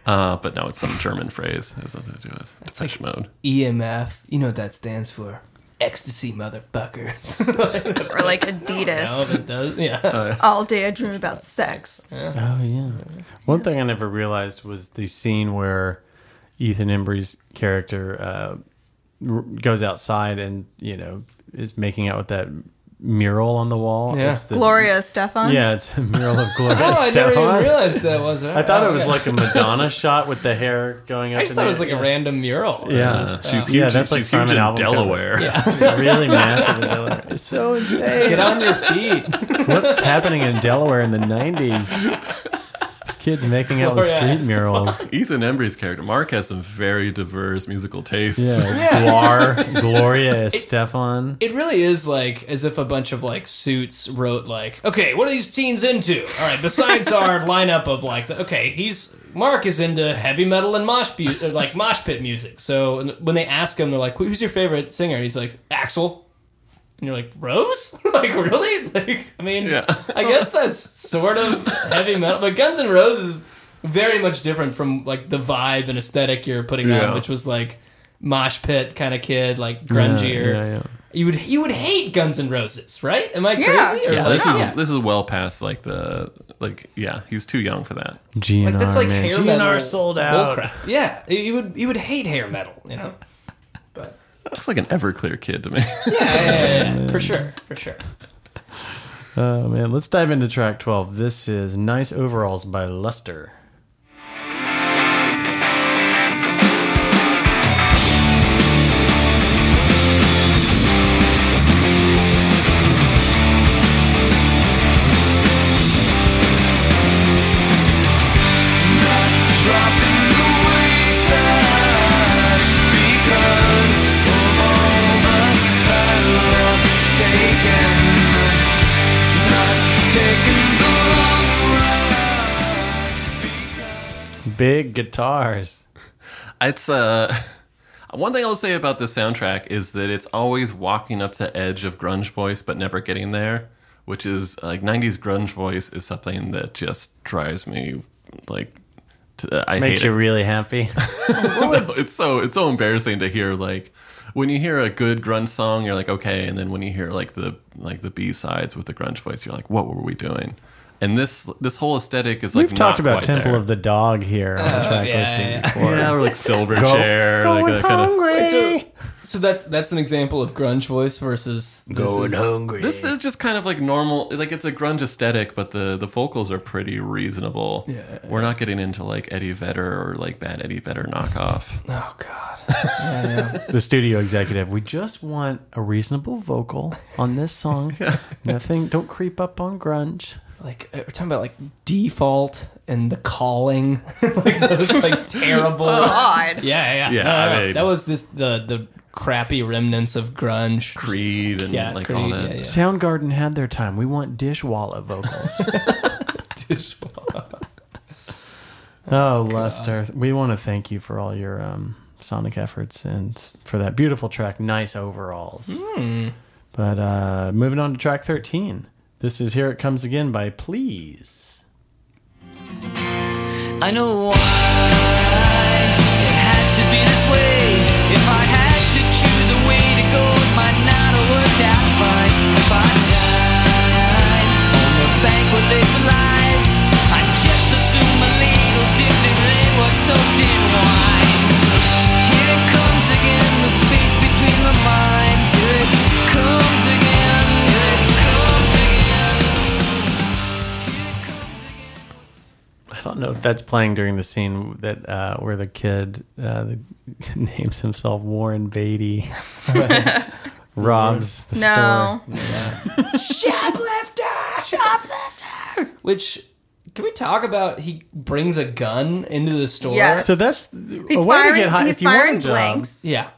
Uh, but now it's some German phrase. It has nothing to do with Depeche Mode. EMF. E You know what that stands for? Ecstasy, motherfuckers. Or like Oh, Adidas. it does. Yeah. All day I dream about sex. Oh yeah. One thing I never realized was the scene where Ethan Embry's character uh, r- goes outside and you know is making out with that mural on the wall. Yeah. It's the- Gloria Stefan. Yeah, it's a mural of Gloria oh, I never even Stefan. realized that was. Oh, I thought it was like a Madonna shot with the hair going up. I just in thought it the- was like a random mural. Yeah, Uh, she's yeah, huge- that's like she's from huge an in album cover. Delaware. She's really massive in Delaware. It's so insane. Get on your feet. What's happening in Delaware in the '90s? These kids making out with street Gloria Estefan. murals. Ethan Embry's character, Mark, has some very diverse musical tastes. Yeah, Guar, Gloria Estefan. It really is like as if a bunch of like suits wrote like, okay, what are these teens into? All right, besides our lineup of like, the, okay, he's Mark is into heavy metal and mosh bu- uh, like mosh pit music. So and when they ask him, they're like, who's your favorite singer? And he's like, Axel. And you're like, Rose? like really? Like I mean, Yeah. I guess that's sort of heavy metal, but Guns N' Roses is very much different from like the vibe and aesthetic you're putting Yeah. on, which was like mosh pit kind of kid, like Yeah, grungier. yeah, yeah. You would you would hate Guns N' Roses, right? Am I Yeah. crazy? Or Yeah, like- this is this is well past like the like yeah he's too young for that. GNR, that's like man. hair GNR metal sold out. bullcrap. Yeah, you would you would hate hair metal, you know? Looks like an Everclear kid to me. Yeah, yeah, yeah, yeah. for sure, for sure. Oh man, let's dive into track twelve. This is "Nice Overalls" by Luster. Big guitars. It's uh one thing I'll say about this soundtrack is that it's always walking up the edge of grunge voice but never getting there, which is like '90s grunge voice is something that just drives me like to, I Makes hate it. you really happy. No, it's so it's so embarrassing to hear like when you hear a good grunge song you're like okay and then when you hear like the like the b-sides with the grunge voice you're like what were we doing and this this whole aesthetic is like We've talked not about quite Temple there. Oh, of the Dog here on the track yeah, listing yeah. before. yeah or like silver chair like that kind of So, so that's that's an example of grunge voice versus this is- hungry. this is just kind of like normal like it's a grunge aesthetic but the the vocals are pretty reasonable yeah we're not getting into like eddie vedder or like bad eddie vedder knockoff Oh god. the studio executive. We just want a reasonable vocal on this song. Nothing. Don't creep up on grunge. Like uh, we're talking about like default and the calling. like those like terrible Oh. God. Yeah, yeah. Yeah, No, no, I no. mean- that was this the the crappy remnants of grunge. creed and Yeah, like Creed, all that yeah, yeah. Soundgarden had their time. We want Dishwalla vocals. Oh, Lester, we want to thank you for all your um, sonic efforts and for that beautiful track, Nice Overalls. Hmm. But uh, moving on to track 13. This is Here It Comes Again by Please. I know why it had to be this way. If I had to choose a way to go, it might not have worked out fine. If I died on the banquet place of lies, I just assume a little dipping rain was soaked in wine. don't know if that's playing during the scene that uh, where the kid uh, the, names himself Warren Beatty, robs the No. store. Shoplifter! Shoplifter! Which, can we talk about he brings a gun into the store? Yes. So that's He's firing- he's firing blanks. Yeah.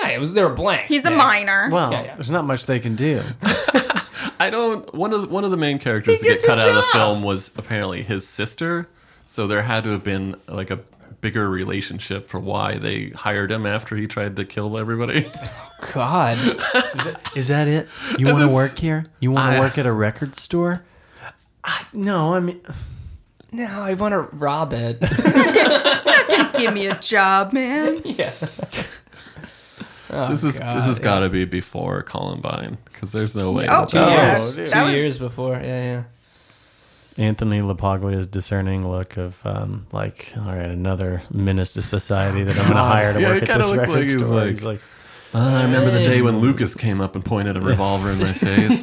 Yeah, it was, they were blanks. He's a minor. Well, there's not much they can do. I don't. One of the, one of the main characters He to get gets a cut out of the job. film was apparently his sister. So there had to have been like a bigger relationship for why they hired him after he tried to kill everybody. God. Is that it? You And want to this- work here? You want I- to work at a record store? I, no, I mean, No, I want to rob it. He's not gonna give me a job, man. yeah. Oh, this is God, this has yeah. got to be before Columbine because there's no way. Oh, that Two that yeah. was- years. dude. Two That was- years before. Yeah, yeah. Anthony LaPaglia's discerning look of um, like, all right, another menace to society that I'm going to hire to Yeah, work it at this kinda looked record like he was store. like- He's like, Uh, I remember the day when Lucas came up and pointed a revolver in my face.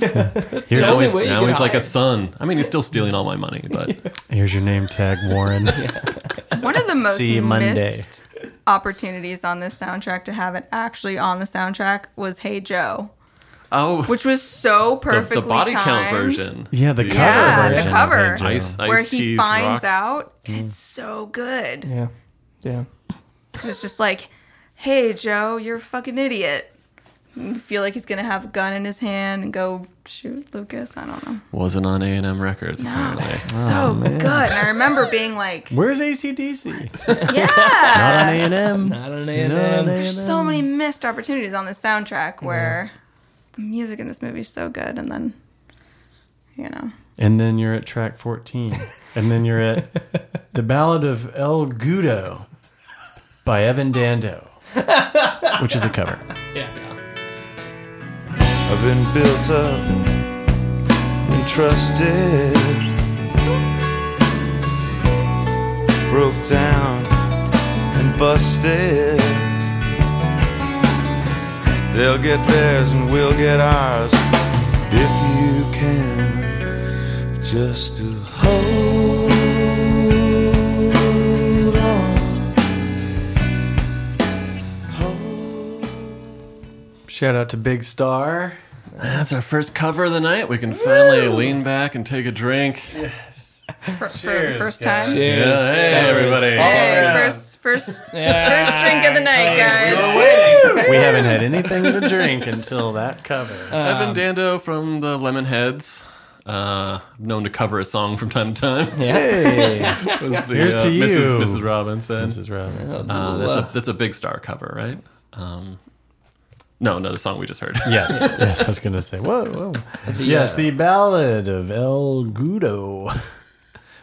Here's now only he's, way you now get he's like a hired. son. I mean, he's still stealing all my money, but here's your name tag, Warren. One of the most See you Monday. missed opportunities on this soundtrack to have it actually on the soundtrack was Hey Joe, oh, which was so the, perfectly the body timed. count version. Yeah, the cover Yeah, the version. of cover. Angel. Ice, ice where he T's finds rock. out, and it's so good. Yeah. Yeah. It's just like, hey, Joe, you're a fucking idiot. You feel like he's going to have a gun in his hand and go shoot Lucas. I don't know. wasn't on A and M Records apparently. So good. And I remember being like, Where's ACDC? yeah. Not on A&M. Not an Not on A&M. There's so many missed opportunities on the soundtrack where the music in this movie is so good. And then, you know. And then you're at track 14. And then you're at The Ballad of El Gudo by Evan Dando, which is a cover. I've been built up and trusted. Broke down and busted. They'll get theirs and we'll get ours. If you can just to hold on. Shout out to Big Star. That's our first cover of the night. We can finally lean back and take a drink. For, for the first time. Cheers. Yeah, hey, Covers. everybody. Hey, Covers. first, first, Yeah. first drink of the night, guys. We haven't had anything to drink until that cover. Evan Dando from the Lemonheads, uh, known to cover a song from time to time. Hey, Was the, Here's to Mrs. you. Mrs. Robinson. Mrs. Robinson. Uh, that's a that's a big star cover, right? Um, no, no, the song we just heard. Yes, yes, I was going to say. Whoa, whoa. yes, the uh, Ballad of El Gudo.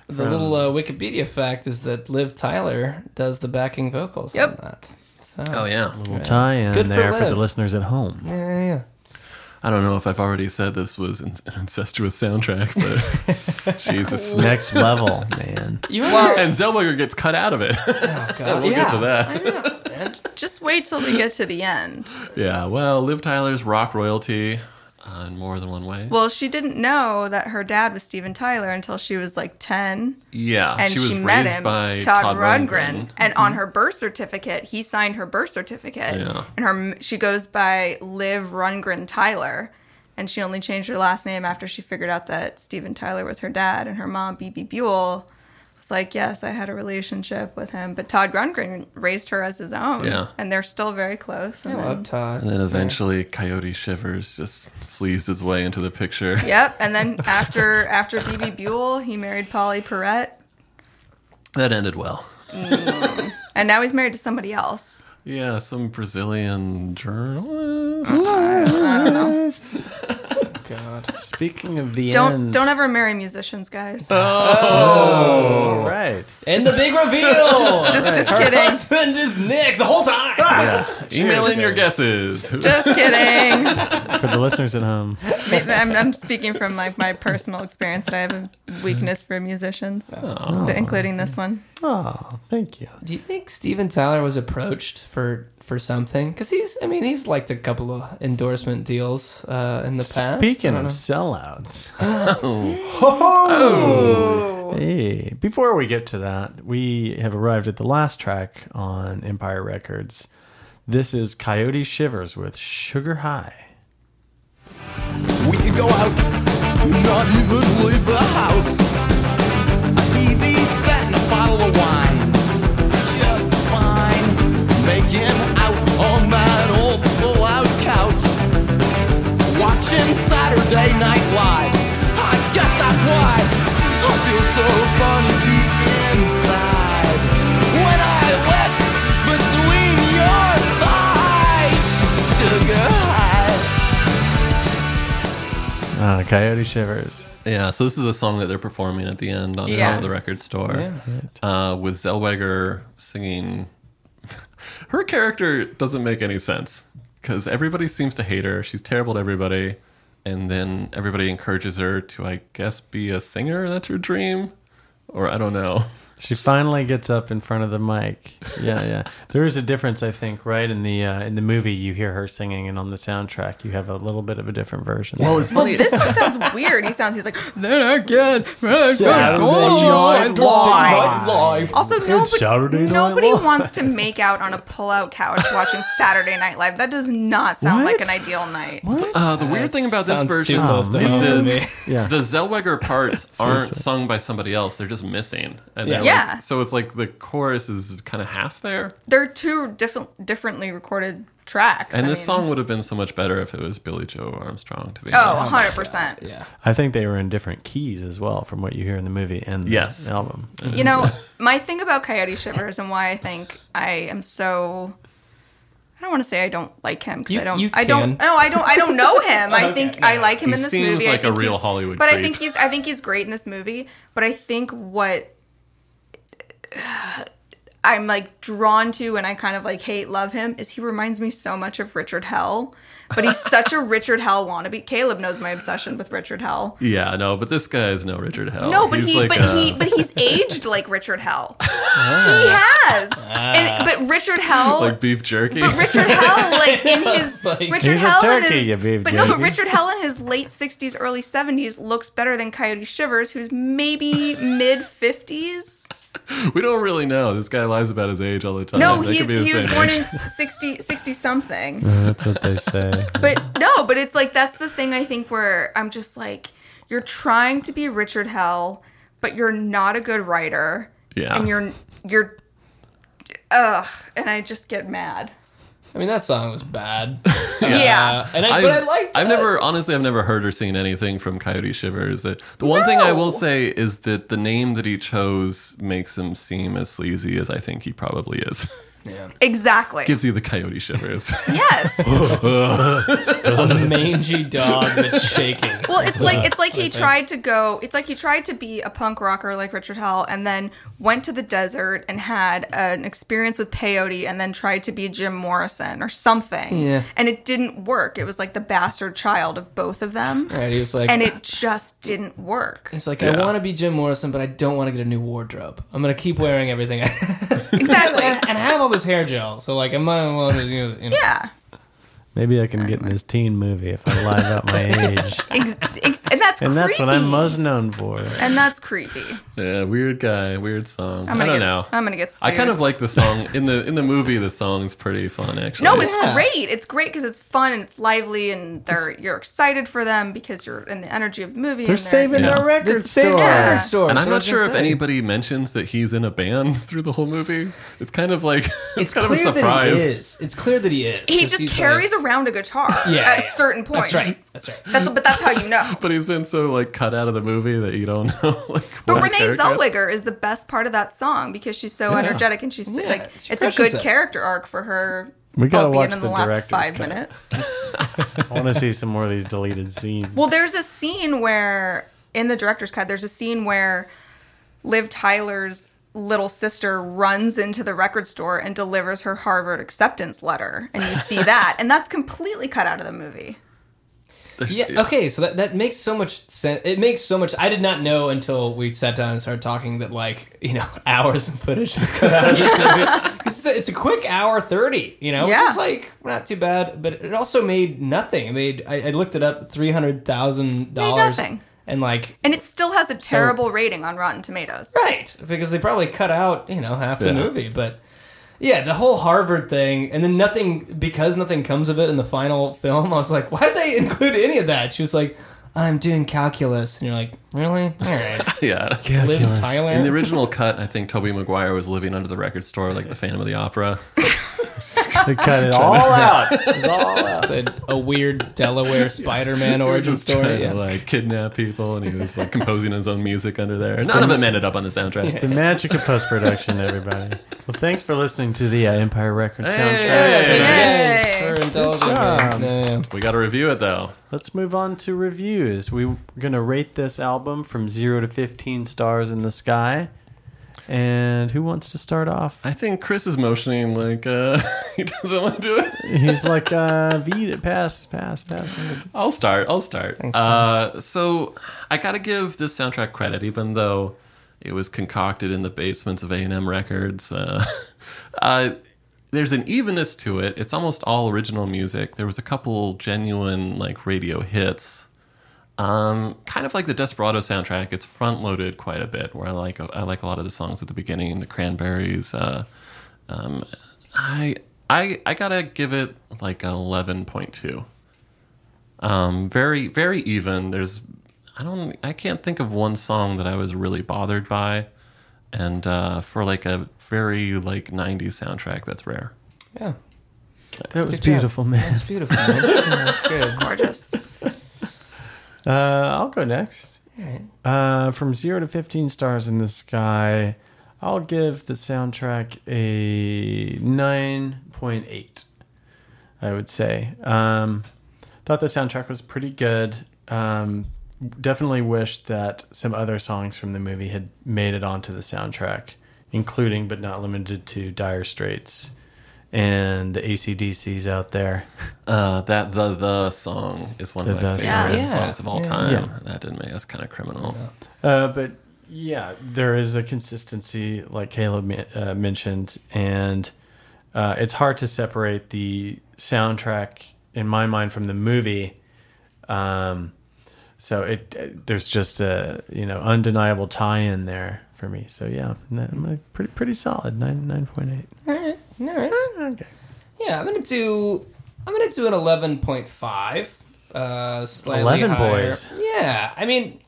The little uh, Wikipedia fact is that Liv Tyler does the backing vocals Yep. on that. So, Oh yeah. Tie in Good for there for, the Liv. listeners at home. yeah, yeah, yeah. I don't know if I've already said this was an an incestuous soundtrack, but Jesus. Next level, man. You are. And Zellweger gets cut out of it. God. we'll yeah. get to that. Just wait till we get to the end. Yeah, well, Liv Tyler's rock royalty uh, in more than one way. Well, she didn't know that her dad was Steven Tyler until she was like 10. yeah, And Uh, she was she, met raised him, by Todd, Todd Rundgren. Rundgren. Mm-hmm. And on her birth certificate, he signed her birth certificate. Yeah. And her she goes by Liv Rundgren Tyler. And she only changed her last name after she figured out that Steven Tyler was her dad. And her mom, BB Buell, was like, Yes, I had a relationship with him. But Todd Rundgren raised her as his own. Yeah. And they're still very close. I And then- love Todd. And then eventually, Coyote Shivers just sleazed his way into the picture. Yep, and then after after BB Buell, he married Polly Perrette, That ended well. and now he's married to somebody else. Yeah, some Brazilian journalist. God. Speaking of the Don't end. don't ever marry musicians, guys. All right. And the big reveal. just just Her kidding. husband is Nick the whole time. Email in your guesses. Just kidding. For the listeners at home. Maybe- I'm, I'm speaking from like my personal experience that I have a weakness for musicians, including this one. Oh, thank you. Do you think Steven Tyler was approached for for something? Because he's, I mean, he's liked a couple of endorsement deals uh, in the past. I Speaking don't of know. sellouts, Oh. Hey, before we get to that, we have arrived at the last track on Empire Records. This is Coyote Shivers with Sugar High. We could go out and not even leave the house. A TV set and a bottle of wine. Just fine. Making out on that old pull-out couch. Watching Saturday Night Live. I guess that's why I feel so funny deep inside. When I let between your thighs, sugar high. Uh, Coyote Shivers. Yeah, so this is a song that they're performing at the end on Yeah. top of the record store uh, with Zellweger singing. her character doesn't make any sense because everybody seems to hate her. She's terrible to everybody. And then everybody encourages her to, I guess, be a singer. That's her dream. Or I don't know. She finally gets up in front of the mic. Yeah, yeah. There is a difference, I think, right in the uh, in the movie. You hear her singing, and on the soundtrack, you have a little bit of a different version. Well, it's funny. this one sounds weird. He sounds, he's like, then again, Saturday Oh, Night Live. Also, It's nobody, Saturday Night nobody Live. wants to make out on a pull-out couch watching Saturday Night Live. That does not sound like an ideal night. Uh, the weird That thing about this sounds too version close to is home that to me. Yeah. the Zellweger parts Seriously. aren't sung by somebody else; they're just missing. And they're Yeah. like- Yeah. so it's like the chorus is kind of half there. They're two different, differently recorded tracks. And I this mean- song would have been so much better if it was Billy Joe Armstrong. To be Oh, honest, 100%. Yeah. I think they were in different keys as well, from what you hear in the movie and the Yes. album. You know, my thing about Coyote Shivers and why I think I am so I don't want to say I don't like him because You- I don't you I don't can. no I don't I don't know him. I Okay, think yeah. I like him He in this seems movie. I like a think real he's- Hollywood But I creep. think he's I think he's great in this movie, but I think what I'm like drawn to and I kind of like hate love him is he reminds me so much of Richard Hell. But he's such a Richard Hell wannabe. Caleb knows my obsession with Richard Hell. yeah, no, but this guy is no Richard Hell. No, but Oh, He's he, like but a- he, but he's aged like Richard Hell. He has, and, but Richard Ah. Hell, uh, like beef jerky. but Richard Hell, like in his Richard He's a Hell, in turkey, his, you beef but no, but jerky. Richard Hell in his late sixties, early seventies looks better than Coyote Shivers, who's maybe mid fifties. we don't really know. This guy lies about his age all the time. No, They Uh, could he's be the he was same born age. in 60, 60 something. That's what they say. but no, but it's like that's the thing I think where I'm just like you're trying to be Richard Hell, but you're not a good writer. Yeah. And you're you're ugh, and I just get mad. I mean, that song was bad. Yeah. Uh, and I, but I liked. I've it. never, honestly, I've never heard or seen anything from Coyote Shivers. The the one thing I will say is that the name that he chose makes him seem as sleazy as I think he probably is. Exactly. Gives you the Coyote Shivers. Yes. a mangy dog that's shaking. Well, it's like it's like he Like that. tried to go. It's like he tried to be a punk rocker like Richard Hell, and then went to the desert and had an experience with peyote, and then tried to be Jim Morrison or something. Yeah. And it didn't work. It was like the bastard child of both of them. Right, he was like- and it just didn't work. It's like Yeah. I want to be Jim Morrison, but I don't want to get a new wardrobe. I'm gonna keep wearing everything. exactly. and, I have all this hair gel, so like I might as well. Just, you know, you know. Yeah. Maybe I can get in this teen movie if I lie about my age. Ex- ex- and that's and that's creepy. what I'm most known for. And that's creepy. yeah, weird guy, weird song. I'm I gonna don't get- know. I'm gonna get I kind sued. of like the song in the in the movie. The song's pretty fun, actually. No, it's great. It's great because it's fun and it's lively, and they're you're excited for them because you're in the energy of the movie. and Yeah. Yeah. Oh, And I'm not sure if anybody mentions that he's in a band through the whole movie. It's kind of like it's kind of a clear surprise. That he is. It's clear that he is. He 'cause just he's carries around a guitar Yeah, at yeah. certain That's points. right. That's right. That's but that's how you know. But he's been so like cut out of the movie that you don't know. Like, But what Renee character is- Zellweger is the best part of that song because she's so Yeah. energetic and she's Yeah, like she it's a crushes good it. character arc for her. We gotta albeit watch in the the last director's five cut. minutes. I want to see some more of these deleted scenes. Well, there's a scene where in the director's cut, there's a scene where Liv Tyler's little sister runs into the record store and delivers her Harvard acceptance letter, and you see that, and that's completely cut out of the movie. Yeah, Okay. So that, that makes so much sense. It makes so much. I did not know until we sat down and started talking that like you know hours of footage was cut out of this movie. 'Cause It's a, it's a quick hour thirty. You know, Yeah. which is like not too bad. But it also made nothing. It made I, I looked it up three hundred thousand dollars. nothing. and like And it still has a terrible rating on Rotten Tomatoes. Right. because they probably cut out you know half the Yeah. movie but yeah the whole harvard thing and then nothing because nothing comes of it in the final film i was like why did they include any of that she was like i'm doing calculus and you're like really all right yeah. Liv Tyler. In the original cut, I think Toby Maguire was living under the record store like the Phantom of the Opera. They cut it all out. It's all out. It's a, a weird Delaware Spider-Man origin Just trying story. to, Yeah. like kidnap people, and he was like composing his own music under there. It's None of the- them ended up on the It's soundtrack. the magic of post production, everybody. Well, thanks for listening to the uh, Empire Records Hey! soundtrack. Yes, we're Good indulging. job. We got to review it though. Let's move on to reviews. We- We're going to rate this album from 0 to 15 stars in the sky. And who wants to start off? I think Chris is motioning like uh, he doesn't want to do it. He's like, uh, Vita, pass, pass, pass. I'll start. I'll start. uh, so I gotta give this soundtrack credit, even though it was concocted in the basements of A and M Records. Uh, uh, there's an evenness to it. It's almost all original music. There was a couple genuine like radio hits. Um, kind of like the Desperado soundtrack, it's front loaded quite a bit. Where I like I like a lot of the songs at the beginning, the Cranberries. Uh, um, I I I gotta give it like eleven point two. Um, very very even. There's I don't I can't think of one song that I was really bothered by, and uh, for like a very like '90s soundtrack, that's rare. Yeah. That was Good job. beautiful, man. That's beautiful. man. Yeah, That's good. Gorgeous. Uh, I'll go next. All right. Uh, from zero to fifteen stars in the sky, I'll give the soundtrack a nine point eight. I would say. Um, thought the soundtrack was pretty good. Um, definitely wish that some other songs from the movie had made it onto the soundtrack, including but not limited to Dire Straits and the ACDCs out there. Uh, that the the song is one of The my The favorite song. songs of all Yeah. time. Yeah. That didn't make that's kind of criminal. Uh, but yeah, there is a consistency, like Caleb men- uh, mentioned, and uh, it's hard to separate the soundtrack in my mind from the movie. Um, so it uh, there's just a you know undeniable tie-in there for me. So yeah, n- I'm gonna- pretty pretty solid nine nine point eight. All right. All right. Yeah, I'm gonna do. I'm gonna do an 11.5. Uh, slightly 11 higher. boys. Yeah, I mean,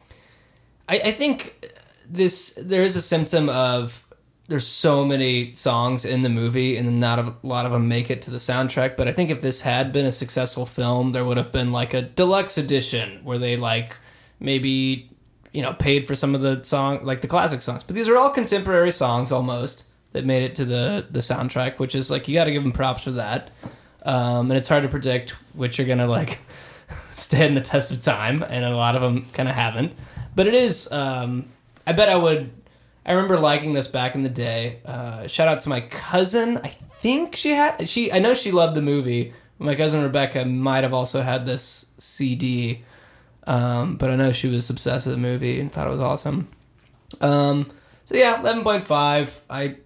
I, I think this there is a symptom of there's so many songs in the movie and not a lot of them make it to the soundtrack. But I think if this had been a successful film, there would have been like a deluxe edition where they like maybe you know paid for some of the song like the classic songs. But these are all contemporary songs almost that made it to the the soundtrack, which is like you got to give them props for that. Um, and it's hard to predict which are gonna like stand the test of time, and a lot of them kind of haven't. But it is. Um, I bet I would. I remember liking this back in the day. Uh, shout out to my cousin. I think she had she. I know she loved the movie. My cousin Rebecca might have also had this CD, um, but I know she was obsessed with the movie and thought it was awesome. Um, so yeah, eleven point five. I.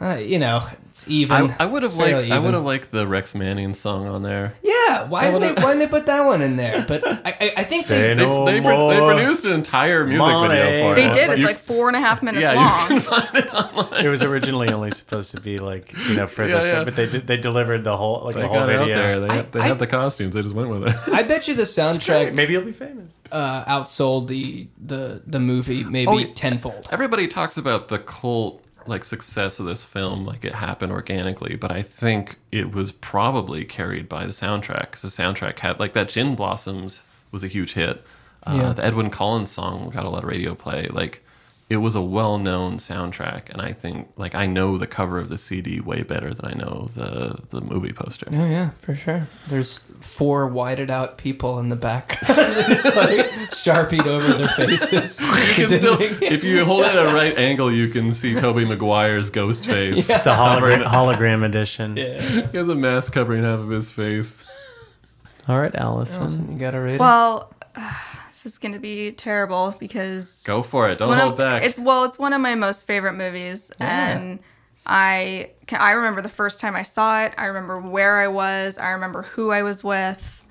Uh, you know, it's even. I, I would have It's fairly liked I even. would have liked the Rex Manning song on there. Yeah, why That did they would've- why didn't they put that one in there? But I I, I think They, they, they, they, pro- they produced an entire music video for it. They did. It's Uh, You- like four and a half minutes Yeah, you long. It was originally only supposed to be like you know for Yeah, the yeah. but they did, they delivered the whole like They the whole got it out video. there. They, had- they I- had the costumes. They just went with it. I bet you the soundtrack maybe you'll be famous. Uh, outsold the the the movie maybe Oh, yeah. tenfold. Everybody talks about the cult like success of this film, like it happened organically, but I think it was probably carried by the soundtrack because the soundtrack had like that Gin Blossoms was a huge hit. Uh, Yeah. The Edwin Collins song got a lot of radio play. Like it was a well-known soundtrack, and I think like I know the cover of the CD way better than I know the the movie poster. Yeah, yeah, for sure. There's four whited out people in the back, It's like sharpied over their faces. You can still, if you hold it at a right angle, you can see Toby Maguire's ghost face. It's the hologram, hologram edition. He has a mask covering half of his face. All right, Allison. Allison, you gotta rate Well, this is going to be terrible because Go for it. it's Don't one hold of- back. It's well, it's one of my most favorite movies, Yeah. and I can, I remember the first time I saw it. I remember where I was. I remember who I was with,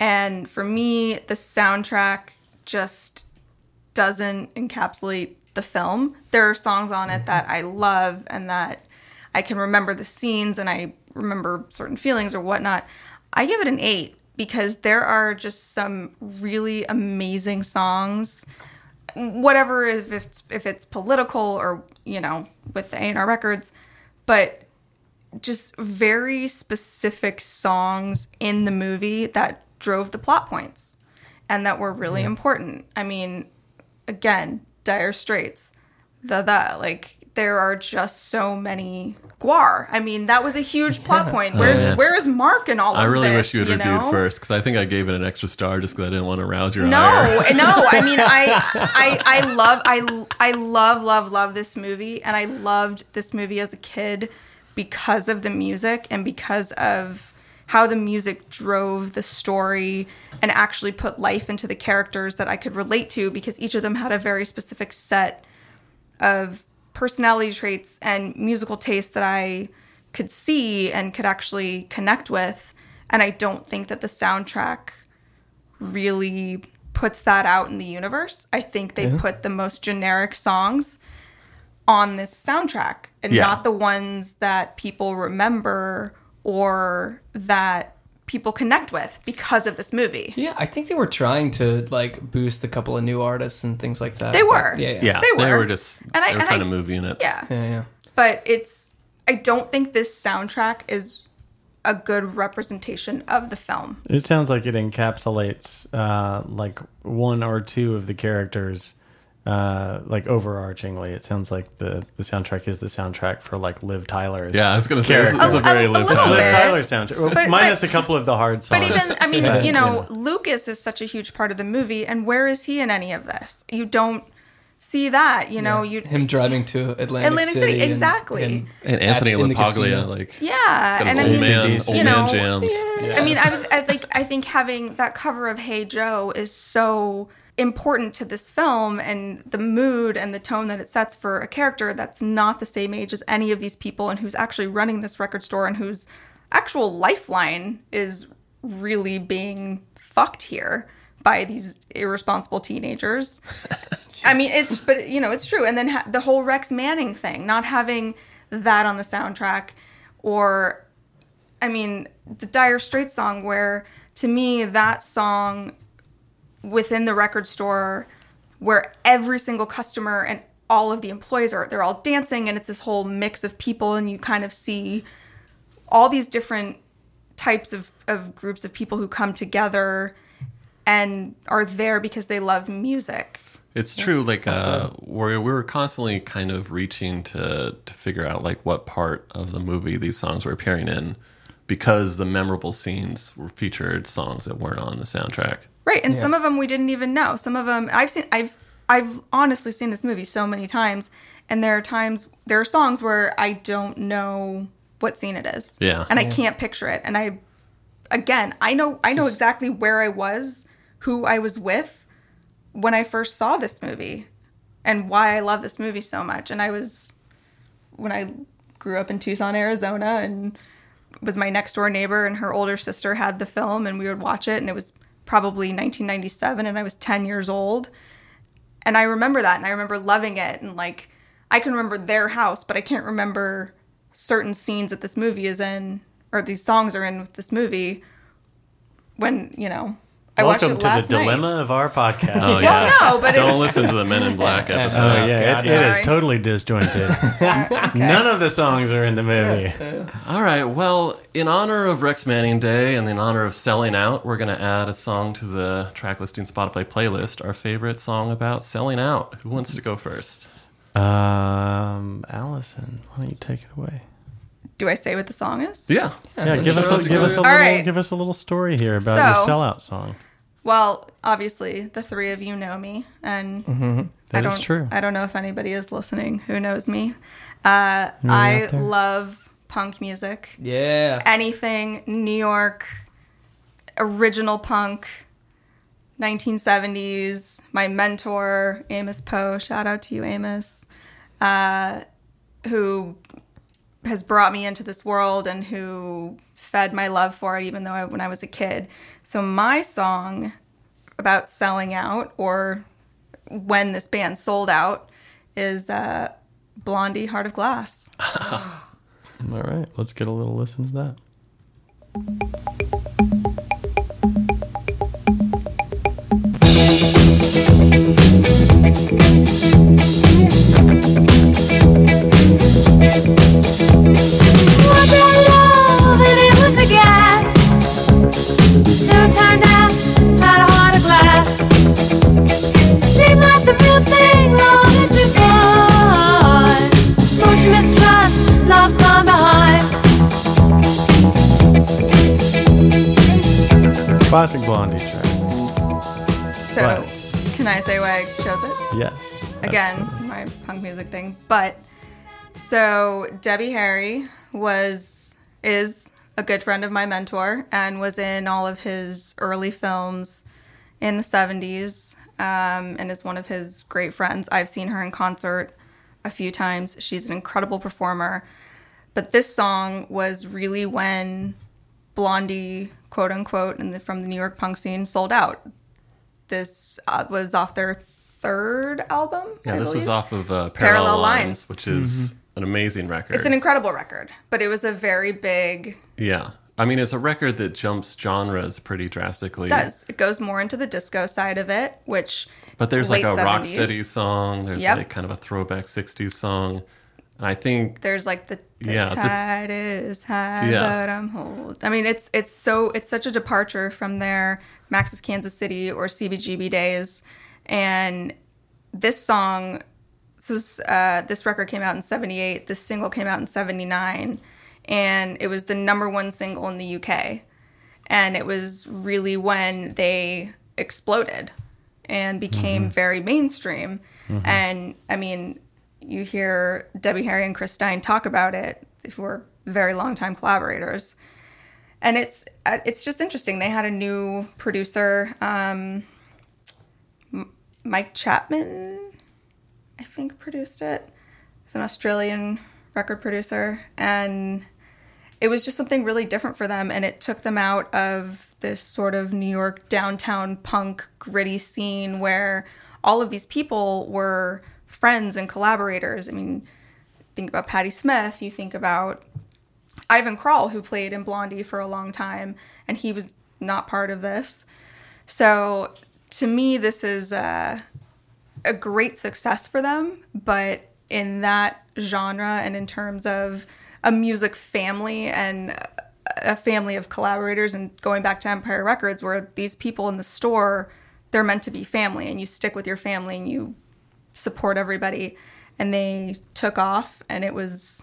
and for me, the soundtrack just doesn't encapsulate the film. There are songs on it that I love and that I can remember the scenes and I remember certain feelings or whatnot. I give it an eight because there are just some really amazing songs. Whatever if it's if it's political or you know with the A and R records, but just very specific songs in the movie that drove the plot points and that were really important. I mean, again, Dire Straits, the the like there are just so many Guar. I mean, that was a huge plot point. Oh, Where's yeah. where is Mark in all of I really wish this, you had reviewed know? first because I think I gave it an extra star just because I didn't want to rouse your ire. No, no. I mean, I, I, I love, I, I love, love, love this movie, and I loved this movie as a kid because of the music and because of how the music drove the story and actually put life into the characters that I could relate to because each of them had a very specific set of personality traits and musical taste that I could see and could actually connect with. And I don't think that the soundtrack really puts that out in the universe. I think they Yeah. put the most generic songs on this soundtrack and Yeah. not the ones that people remember or that people connect with because of this movie. Yeah, I think they were trying to like boost a couple of new artists and things like that. They but- were. Yeah, yeah. Yeah, They They were. were just And I- they were and trying I- to move units. Yeah. Yeah, yeah. But it's I don't think this soundtrack is a good representation of the film. It sounds like it encapsulates uh, like one or two of the characters, uh, like overarchingly. It sounds like the, the soundtrack is the soundtrack for like Liv Tyler's. Yeah, I was gonna say, this is Oh, a A- very a- a Liv little Tyler. Liv bit. Tyler soundtrack, well, But- minus but- a couple of the hard But songs. even I mean, you know, Lucas is such a huge part of the movie, and where is he in any of this? You don't see that, you know. You Him driving to Atlantic, Atlantic City, and- exactly. him And Anthony at- in the LaPaglia, casino. like yeah, it's got and I his mean, old man, you old know, man jams. I mean, I, I think I think having that cover of Hey Joe is so important to this film and the mood and the tone that it sets for a character that's not the same age as any of these people and who's actually running this record store and whose actual lifeline is really being fucked here by these irresponsible teenagers. I mean, it's but you know, it's true. And then ha- the whole Rex Manning thing, not having that on the soundtrack or I mean, the Dire Straits song, where to me, that song within the record store, where every single customer and all of the employees are, they're all dancing, and it's this whole mix of people, and you kind of see all these different types of, of groups of people who come together and are there because they love music. It's true. Like uh, we we were constantly kind of reaching to to figure out like what part of the movie these songs were appearing in, because the memorable scenes were featured songs that weren't on the soundtrack. Right, and some of them we didn't even know. Some of them I've seen. I've I've honestly seen this movie so many times, and there are times there are songs where I don't know what scene it is. Yeah. and I Yeah. can't picture it. And I, again, I know I know exactly where I was, who I was with, when I first saw this movie, and why I love this movie so much. And I was when I grew up in Tucson, Arizona, and was my next door neighbor, and her older sister had the film, and we would watch it, and it was probably 1997, and I was 10 years old, and I remember that, and I remember loving it, and like I can remember their house, but I can't remember certain scenes that this movie is in or these songs are in with this movie. When you know, I Welcome watched it to last the night. dilemma of our podcast. Oh, Well, yeah. no, but don't it's- listen to the Men in Black episode. Oh, yeah, it, it is Sorry. totally disjointed. None of the songs are in the movie. All right. Well, in honor of Rex Manning Day and in honor of selling out, we're going to add a song to the track listing Spotify playlist. Our favorite song about selling out. Who wants to go first? Um, Allison, why don't you take it away? Do I say what the song is? Yeah. Yeah, give us a, give us a All little right. give us a little story here about So- your sellout song. Well, obviously, the three of you know me, and Mhm. I That don't, is true. I don't know if anybody is listening who knows me. Uh, Anybody I out there? love punk music. Yeah. Anything New York, original punk, 1970s. My mentor, Amos Poe, shout out to you, Amos, uh, who has brought me into this world and who fed my love for it, even though I, when I was a kid. So my song about selling out or when this band sold out is uh, Blondie Heart of Glass. All right, let's get a little listen to that. Was that love and it was a gas? Soon turned out not a heart of glass. Seemed like the real thing long into gone. Don't you mistrust love's gone behind? Classic Blondie track. So can I say why I chose it? Yes. again my punk music thing but so debbie harry was is a good friend of my mentor and was in all of his early films in the 70s um, and is one of his great friends i've seen her in concert a few times she's an incredible performer but this song was really when blondie quote unquote and the, from the new york punk scene sold out this uh, was off their third album Yeah, I this was believe. off of uh, Parallel, Parallel Lines, Lines. mm-hmm. which is an amazing record. It's an incredible record, but it was a very big. yeah. I mean, it's a record that jumps genres pretty drastically. It does it goes more into the disco side of it, which But there's like late a 70s. rock steady song. There's Yep. like kind of a throwback '60s song, and I think There's like the, the Yeah, this- tide is high, Yeah. but I'm hold. I mean, it's it's so it's such a departure from their Max's Kansas City or CBGB days, and this song. This was uh, this record came out in '78. This single came out in '79, and it was the number one single in the UK. and it was really when they exploded and became very mainstream Mhm. and i mean you hear debbie harry and chris stein talk about it who were very long time collaborators and it's uh, it's just interesting they had a new producer um, M- mike chapman i think produced it he's an australian record producer and it was just something really different for them and it took them out of this sort of new york downtown punk gritty scene where all of these people were friends and collaborators i mean think about patti smith you think about ivan krall who played in blondie for a long time and he was not part of this so to me this is uh, a great success for them, but in that genre and in terms of a music family and a family of collaborators and going back to Empire Records where these people in the store they're meant to be family and you stick with your family and you support everybody and they took off and it was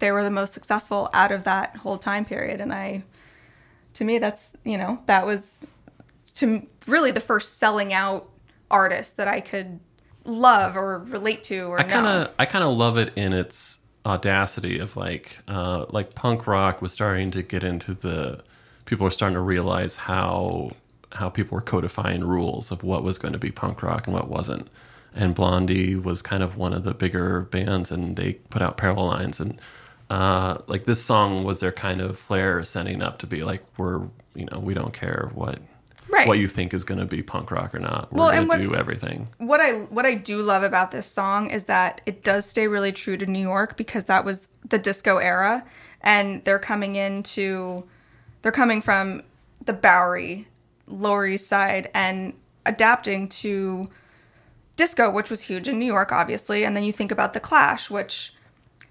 they were the most successful out of that whole time period and I to me that's you know that was to m- really the first selling out artist that I could love or relate to or I kind know. of I kind of love it in its audacity of like uh, like punk rock was starting to get into the people were starting to realize how how people were codifying rules of what was going to be punk rock and what wasn't. And Blondie was kind of one of the bigger bands, and they put out Parallel Lines, and uh, like this song was their kind of flair setting up to be like we're you know we don't care what Right. what you think is going to be punk rock or not. We're Well, going and to what- do everything. what I what I do love about this song is that it does stay really true to New York because that was the disco era and they're coming into they're coming from the Bowery, Lower East Side and adapting to disco which was huge in New York obviously and then you think about the Clash which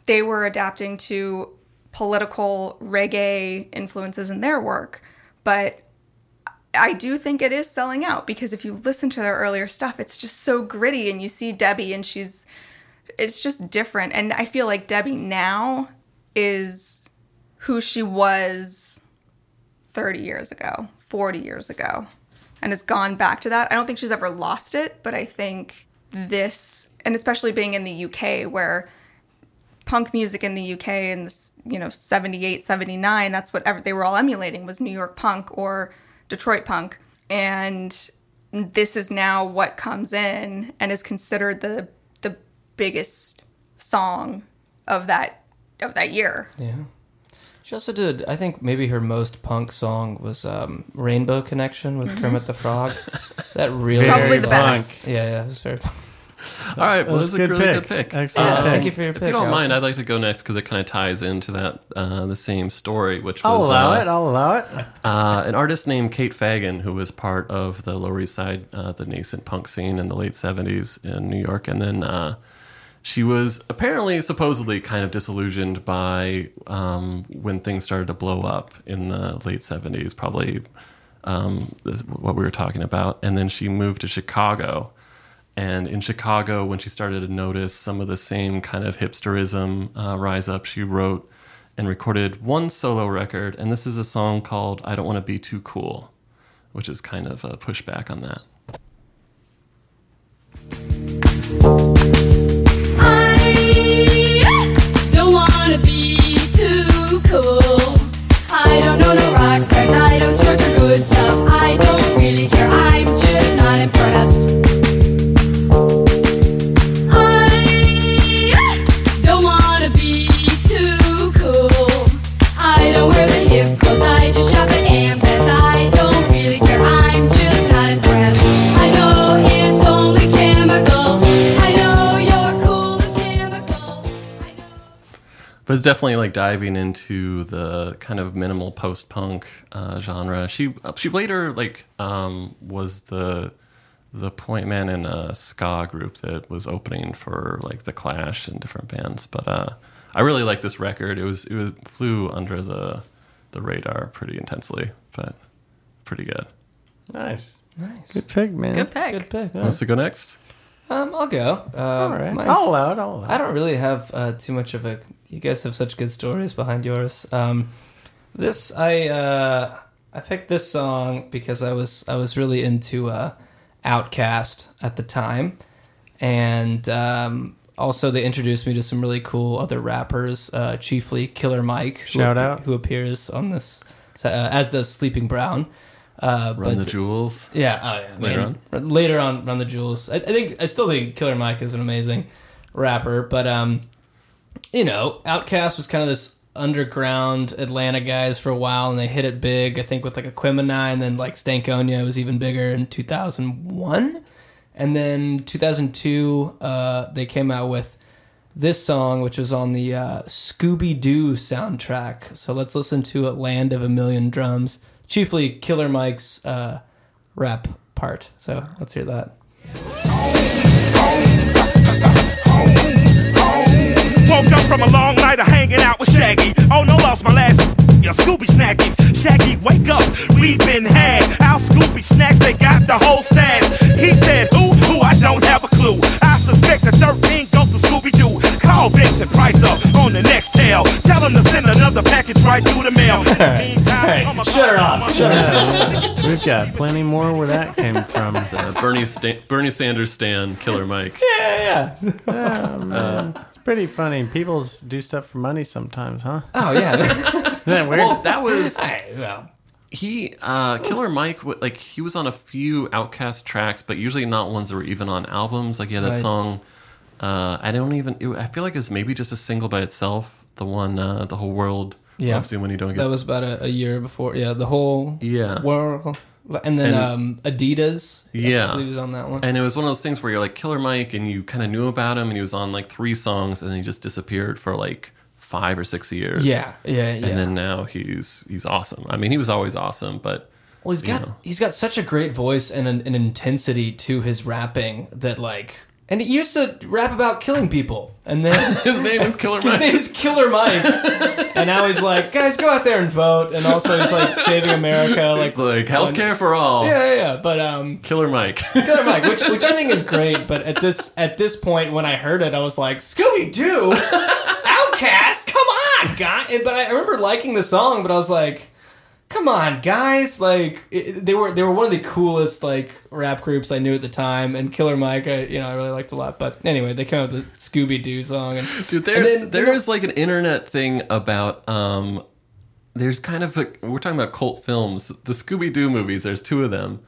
they were adapting to political reggae influences in their work but I do think it is selling out because if you listen to their earlier stuff, it's just so gritty and you see Debbie and she's it's just different and I feel like Debbie now is who she was 30 years ago, 40 years ago and has gone back to that. I don't think she's ever lost it, but I think this and especially being in the UK where punk music in the UK in this, you know, 78, 79, that's what ever, they were all emulating was New York punk or Detroit punk. And this is now what comes in and is considered the the biggest song of that of that year. Yeah. She Jessa did. I think maybe her most punk song was um, "Rainbow Connection" with Mhm. Kermit the Frog. That really Probably the punk. best. Yeah, yeah, it was very. Punk. All right, well, That this was is a really good pick. Excellent Uh, pick. Thank you for your If pick, you don't Allison. mind, I'd like to go next because it kind of ties into that uh, the same story, which I'll was allow uh, it. I'll allow it. uh, an artist named Kate Fagan, who was part of the Lower East Side, uh, the nascent punk scene in the late 70s in New York. And then uh, she was apparently, supposedly, kind of disillusioned by um, when things started to blow up in the late 70s, probably um, this, what we were talking about. And then she moved to Chicago. And in Chicago, when she started to notice some of the same kind of hipsterism uh, rise up, she wrote and recorded one solo record. And this is a song called I Don't Want to Be Too Cool, which is kind of a pushback on that. I don't wanna be too cool. I don't know no rock stars, I don't sort the good stuff. I don't really care, I'm just not impressed. I don't wanna be too cool. I don't wear the hip clothes, I just shop at Ampex. I don't really care, I'm just not impressed. I know it's only chemical. I know you're cool as chemical. But it's definitely like diving into the kind of minimal post punk uh, genre. She she later like um, was the the point man in a ska group that was opening for like the Clash and different bands. But uh, I really like this record. It was it was flew under the the radar pretty intensely, but pretty good. Nice. Nice. Good pick, man. Good pick. Good pick. Wants to go next? Um, I'll go. Uh, All right. mine's- I'll allow it, I'll allow I don't really have uh, too much of a. You guys have such good stories behind yours. Um, this I uh, I picked this song because I was I was really into uh, Outcast at the time, and um, also they introduced me to some really cool other rappers, uh, chiefly Killer Mike. who Shout appe- out. who appears on this uh, as does Sleeping Brown. Uh, Run but- the Jewels. Yeah, oh, yeah. Later man. on. R- later on run the jewels I, I think i still think killer mike is an amazing rapper but um you know outcast was kind of this underground atlanta guys for a while and they hit it big i think with like aquemini and then like stankonia was even bigger in 2001 and then 2002 uh, they came out with this song which was on the uh, scooby-doo soundtrack so let's listen to a land of a million drums chiefly killer mike's uh, rap part so let's hear that Woke up from a long night of hanging out with Shaggy. Oh no, lost my last. Your Scooby Snackies. Shaggy, wake up. We've been had. Our Scooby Snacks, they got the whole stash. He said, Who? Who? I don't have a clue. I suspect the 13 goes to Scooby Doo. Call Vincent Price up on the next tail. Tell him to send another package right through the mail. Shut her off. Shut her off. We've got plenty more where that came from. Uh, Bernie Stan Bernie Sanders, Stan, Killer Mike. Yeah, yeah. yeah man. it's pretty funny. People s- do stuff for money sometimes, huh? Oh yeah. that weird? Well, that was. well. He, uh, Killer Mike, w- like he was on a few Outcast tracks, but usually not ones that were even on albums. Like he had that Right. song. Uh, I don't even. It, I feel like it's maybe just a single by itself. The one, uh, the whole world Yeah. loves you when you don't get. that was about a, a year before yeah the whole Yeah. world and then And- um, adidas yeah, i believe was on that one And it was one of those things where you're like Killer Mike, and you kind of knew about him, and he was on like three songs, and then he just disappeared for like five or six years. Yeah, yeah, yeah. And then now he's he's awesome. I mean, he was always awesome, but Well, he's you got know. he's got such a great voice and an, an intensity to his rapping that like, and he used to rap about killing people, and then his name is Killer His Mike. name is Killer Mike, and now he's like, guys, go out there and vote, and also he's like saving America, like It's like, healthcare for all. Yeah, yeah, yeah. But um, Killer Mike. Killer Mike, which which I think is great, but at this at this point when I heard it, I was like, Scooby Doo, Outcast, come on, guy. And- But I remember liking the song, but I was like, come on, guys, like it, they were they were one of the coolest like rap groups I knew at the time, and Killer Mike, I, you know, I really liked a lot. But anyway, they came out with the Scooby Doo song, and Dude, there, and then- there is like an internet thing about um there's kind of a, we're talking about cult films the scooby-doo movies there's two of them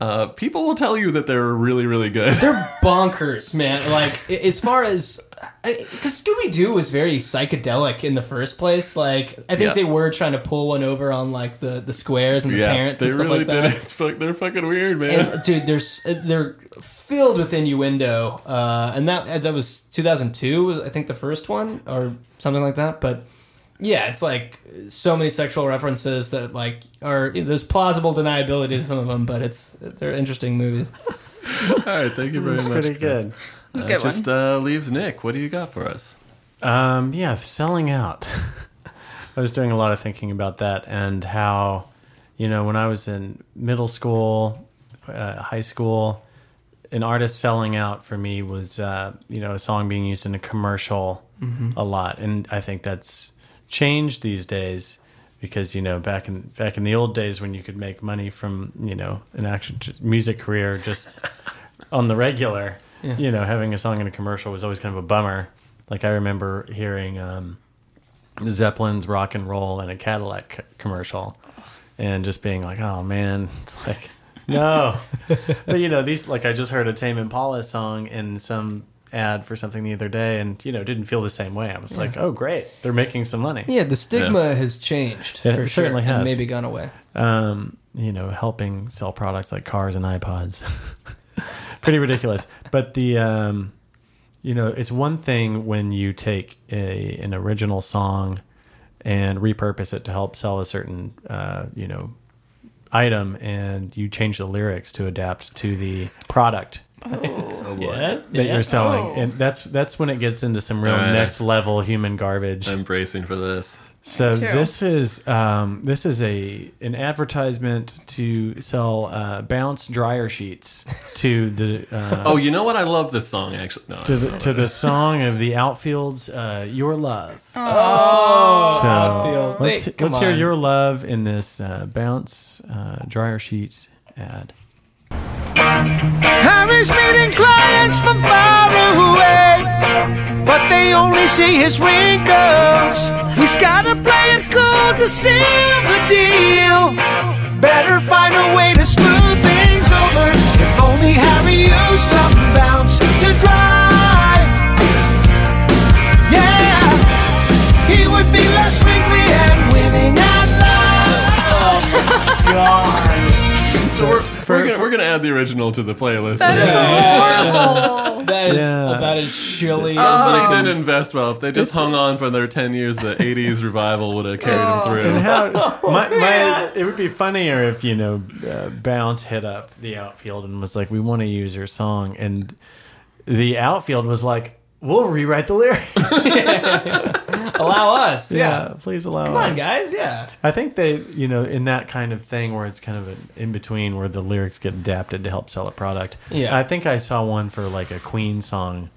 uh, people will tell you that they're really, really good. They're bonkers, man. Like i- as far as because Scooby Doo was very psychedelic in the first place. Like I think Yeah. they were trying to pull one over on like the the squares and the Yeah, parents. they and stuff really like that. did it. It's fuck, they're fucking weird, man. And, dude, they're s- they're filled with innuendo, uh, and that that was 2002 was I think the first one or something like that. But yeah, it's like so many sexual references that like are there's plausible deniability to some of them, but it's they're interesting movies. All right, thank you very It's much. pretty Chris. good. Uh, Good one. just uh, leaves Nick. What do you got for us? Um, yeah, selling out. I was doing a lot of thinking about that and how, you know, when I was in middle school, uh, high school, an artist selling out for me was, uh, you know, a song being used in a commercial Mhm. a lot, and I think that's changed these days because you know back in back in the old days when you could make money from you know an actual j- music career just on the regular Yeah. you know having a song in a commercial was always kind of a bummer like i remember hearing um, zeppelin's rock and roll in a cadillac c- commercial and just being like oh man like no but you know these like i just heard a tame impala song in some ad for something the other day and you know didn't feel the same way i was Yeah. like oh great they're making some money Yeah, the stigma has changed Yeah, for it sure, certainly and has maybe gone away. um, you know helping sell products like cars and ipods pretty ridiculous but the um, you know it's one thing when you take a an original song and repurpose it to help sell a certain uh, you know item and you change the lyrics to adapt to the product Oh, yeah, that you're selling, and that's that's when it gets into some real All right. next level human garbage. I'm bracing for this. So Me too. this is um, this is a an advertisement to sell uh, bounce dryer sheets to the uh, oh, you know what? I love this song actually. No, to I the don't to know. the song of the Outfields, uh, "Your Love." Oh, so Outfield. Uh, let's, Wait, come let's hear on. "Your Love" in this uh, bounce uh, dryer sheet ad. Harry's meeting clients from far away, but they only see his wrinkles. He's gotta play it cool to seal the deal. Better find a way to smooth things over. If only Harry used some bounce to dry. Yeah, he would be less wrinkly and winning at life. So we're, we're, gonna, we're gonna add the original to the playlist. That is horrible. That is Yeah. about as chilly. Sounds like as they you didn't invest well. If they just hung on for their 10 years, the 80s revival would have carried them through. And how- my, my, it would be funnier if you know uh, bounce hit up the outfield and was like we want to use your song and the outfield was like we'll rewrite the lyrics Allow us, yeah. please allow Come on, us. guys, yeah. i think they you know in that kind of thing where it's kind of an in between where the lyrics get adapted to help sell a product Yeah. i think i saw one for like a queen song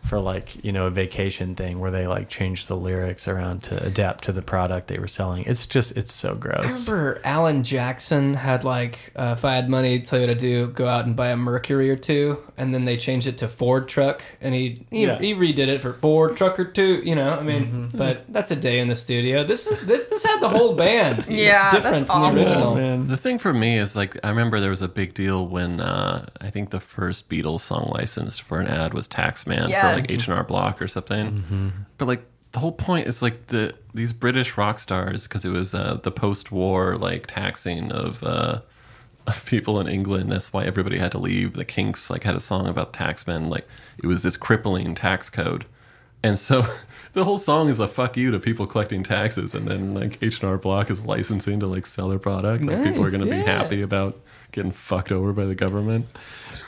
for like you know a vacation thing where they like changed the lyrics around to adapt to the product they were selling it's just it's so gross I remember Alan Jackson had like, uh, if I had money, tell you what to do, go out and buy a Mercury or two, and then they changed it to Ford truck, and he he, Yeah. Mm-hmm. he redid it for Ford truck or two. You know, I mean, but that's a day in the studio. This is this, this had the whole band. Yeah, it's different that's from the awful. original. The thing for me is like I remember there was a big deal when uh, I think the first Beatles song licensed for an ad was Taxman for like Yes. H and R Block or something. Mhm. But like the whole point is like the these British rock stars because it was uh, the post-war like taxing of. Uh, of people in England, that's why everybody had to leave. The Kinks like had a song about taxmen, like it was this crippling tax code, and so the whole song is a fuck you to people collecting taxes, and then like H and R Block is licensing to like sell their product. Like people are Nice, going to yeah. be happy about getting fucked over by the government.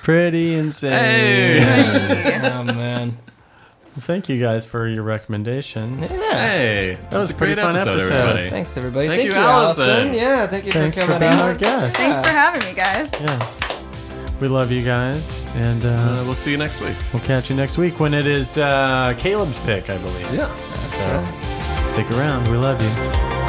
Pretty insane. Hey. Hey. oh man. Thank you guys for your recommendations. Yeah. Hey, that was a pretty fun episode. Thanks everybody. Thank, you, Allison. Yeah, thank you Thanks for for coming being out. our guest. Thanks for having me, guys. Yeah. We love you guys, and uh, Uh, we'll see you next week. We'll catch you next week when it is uh, Caleb's pick, I believe. Yeah, so stick around. We love you.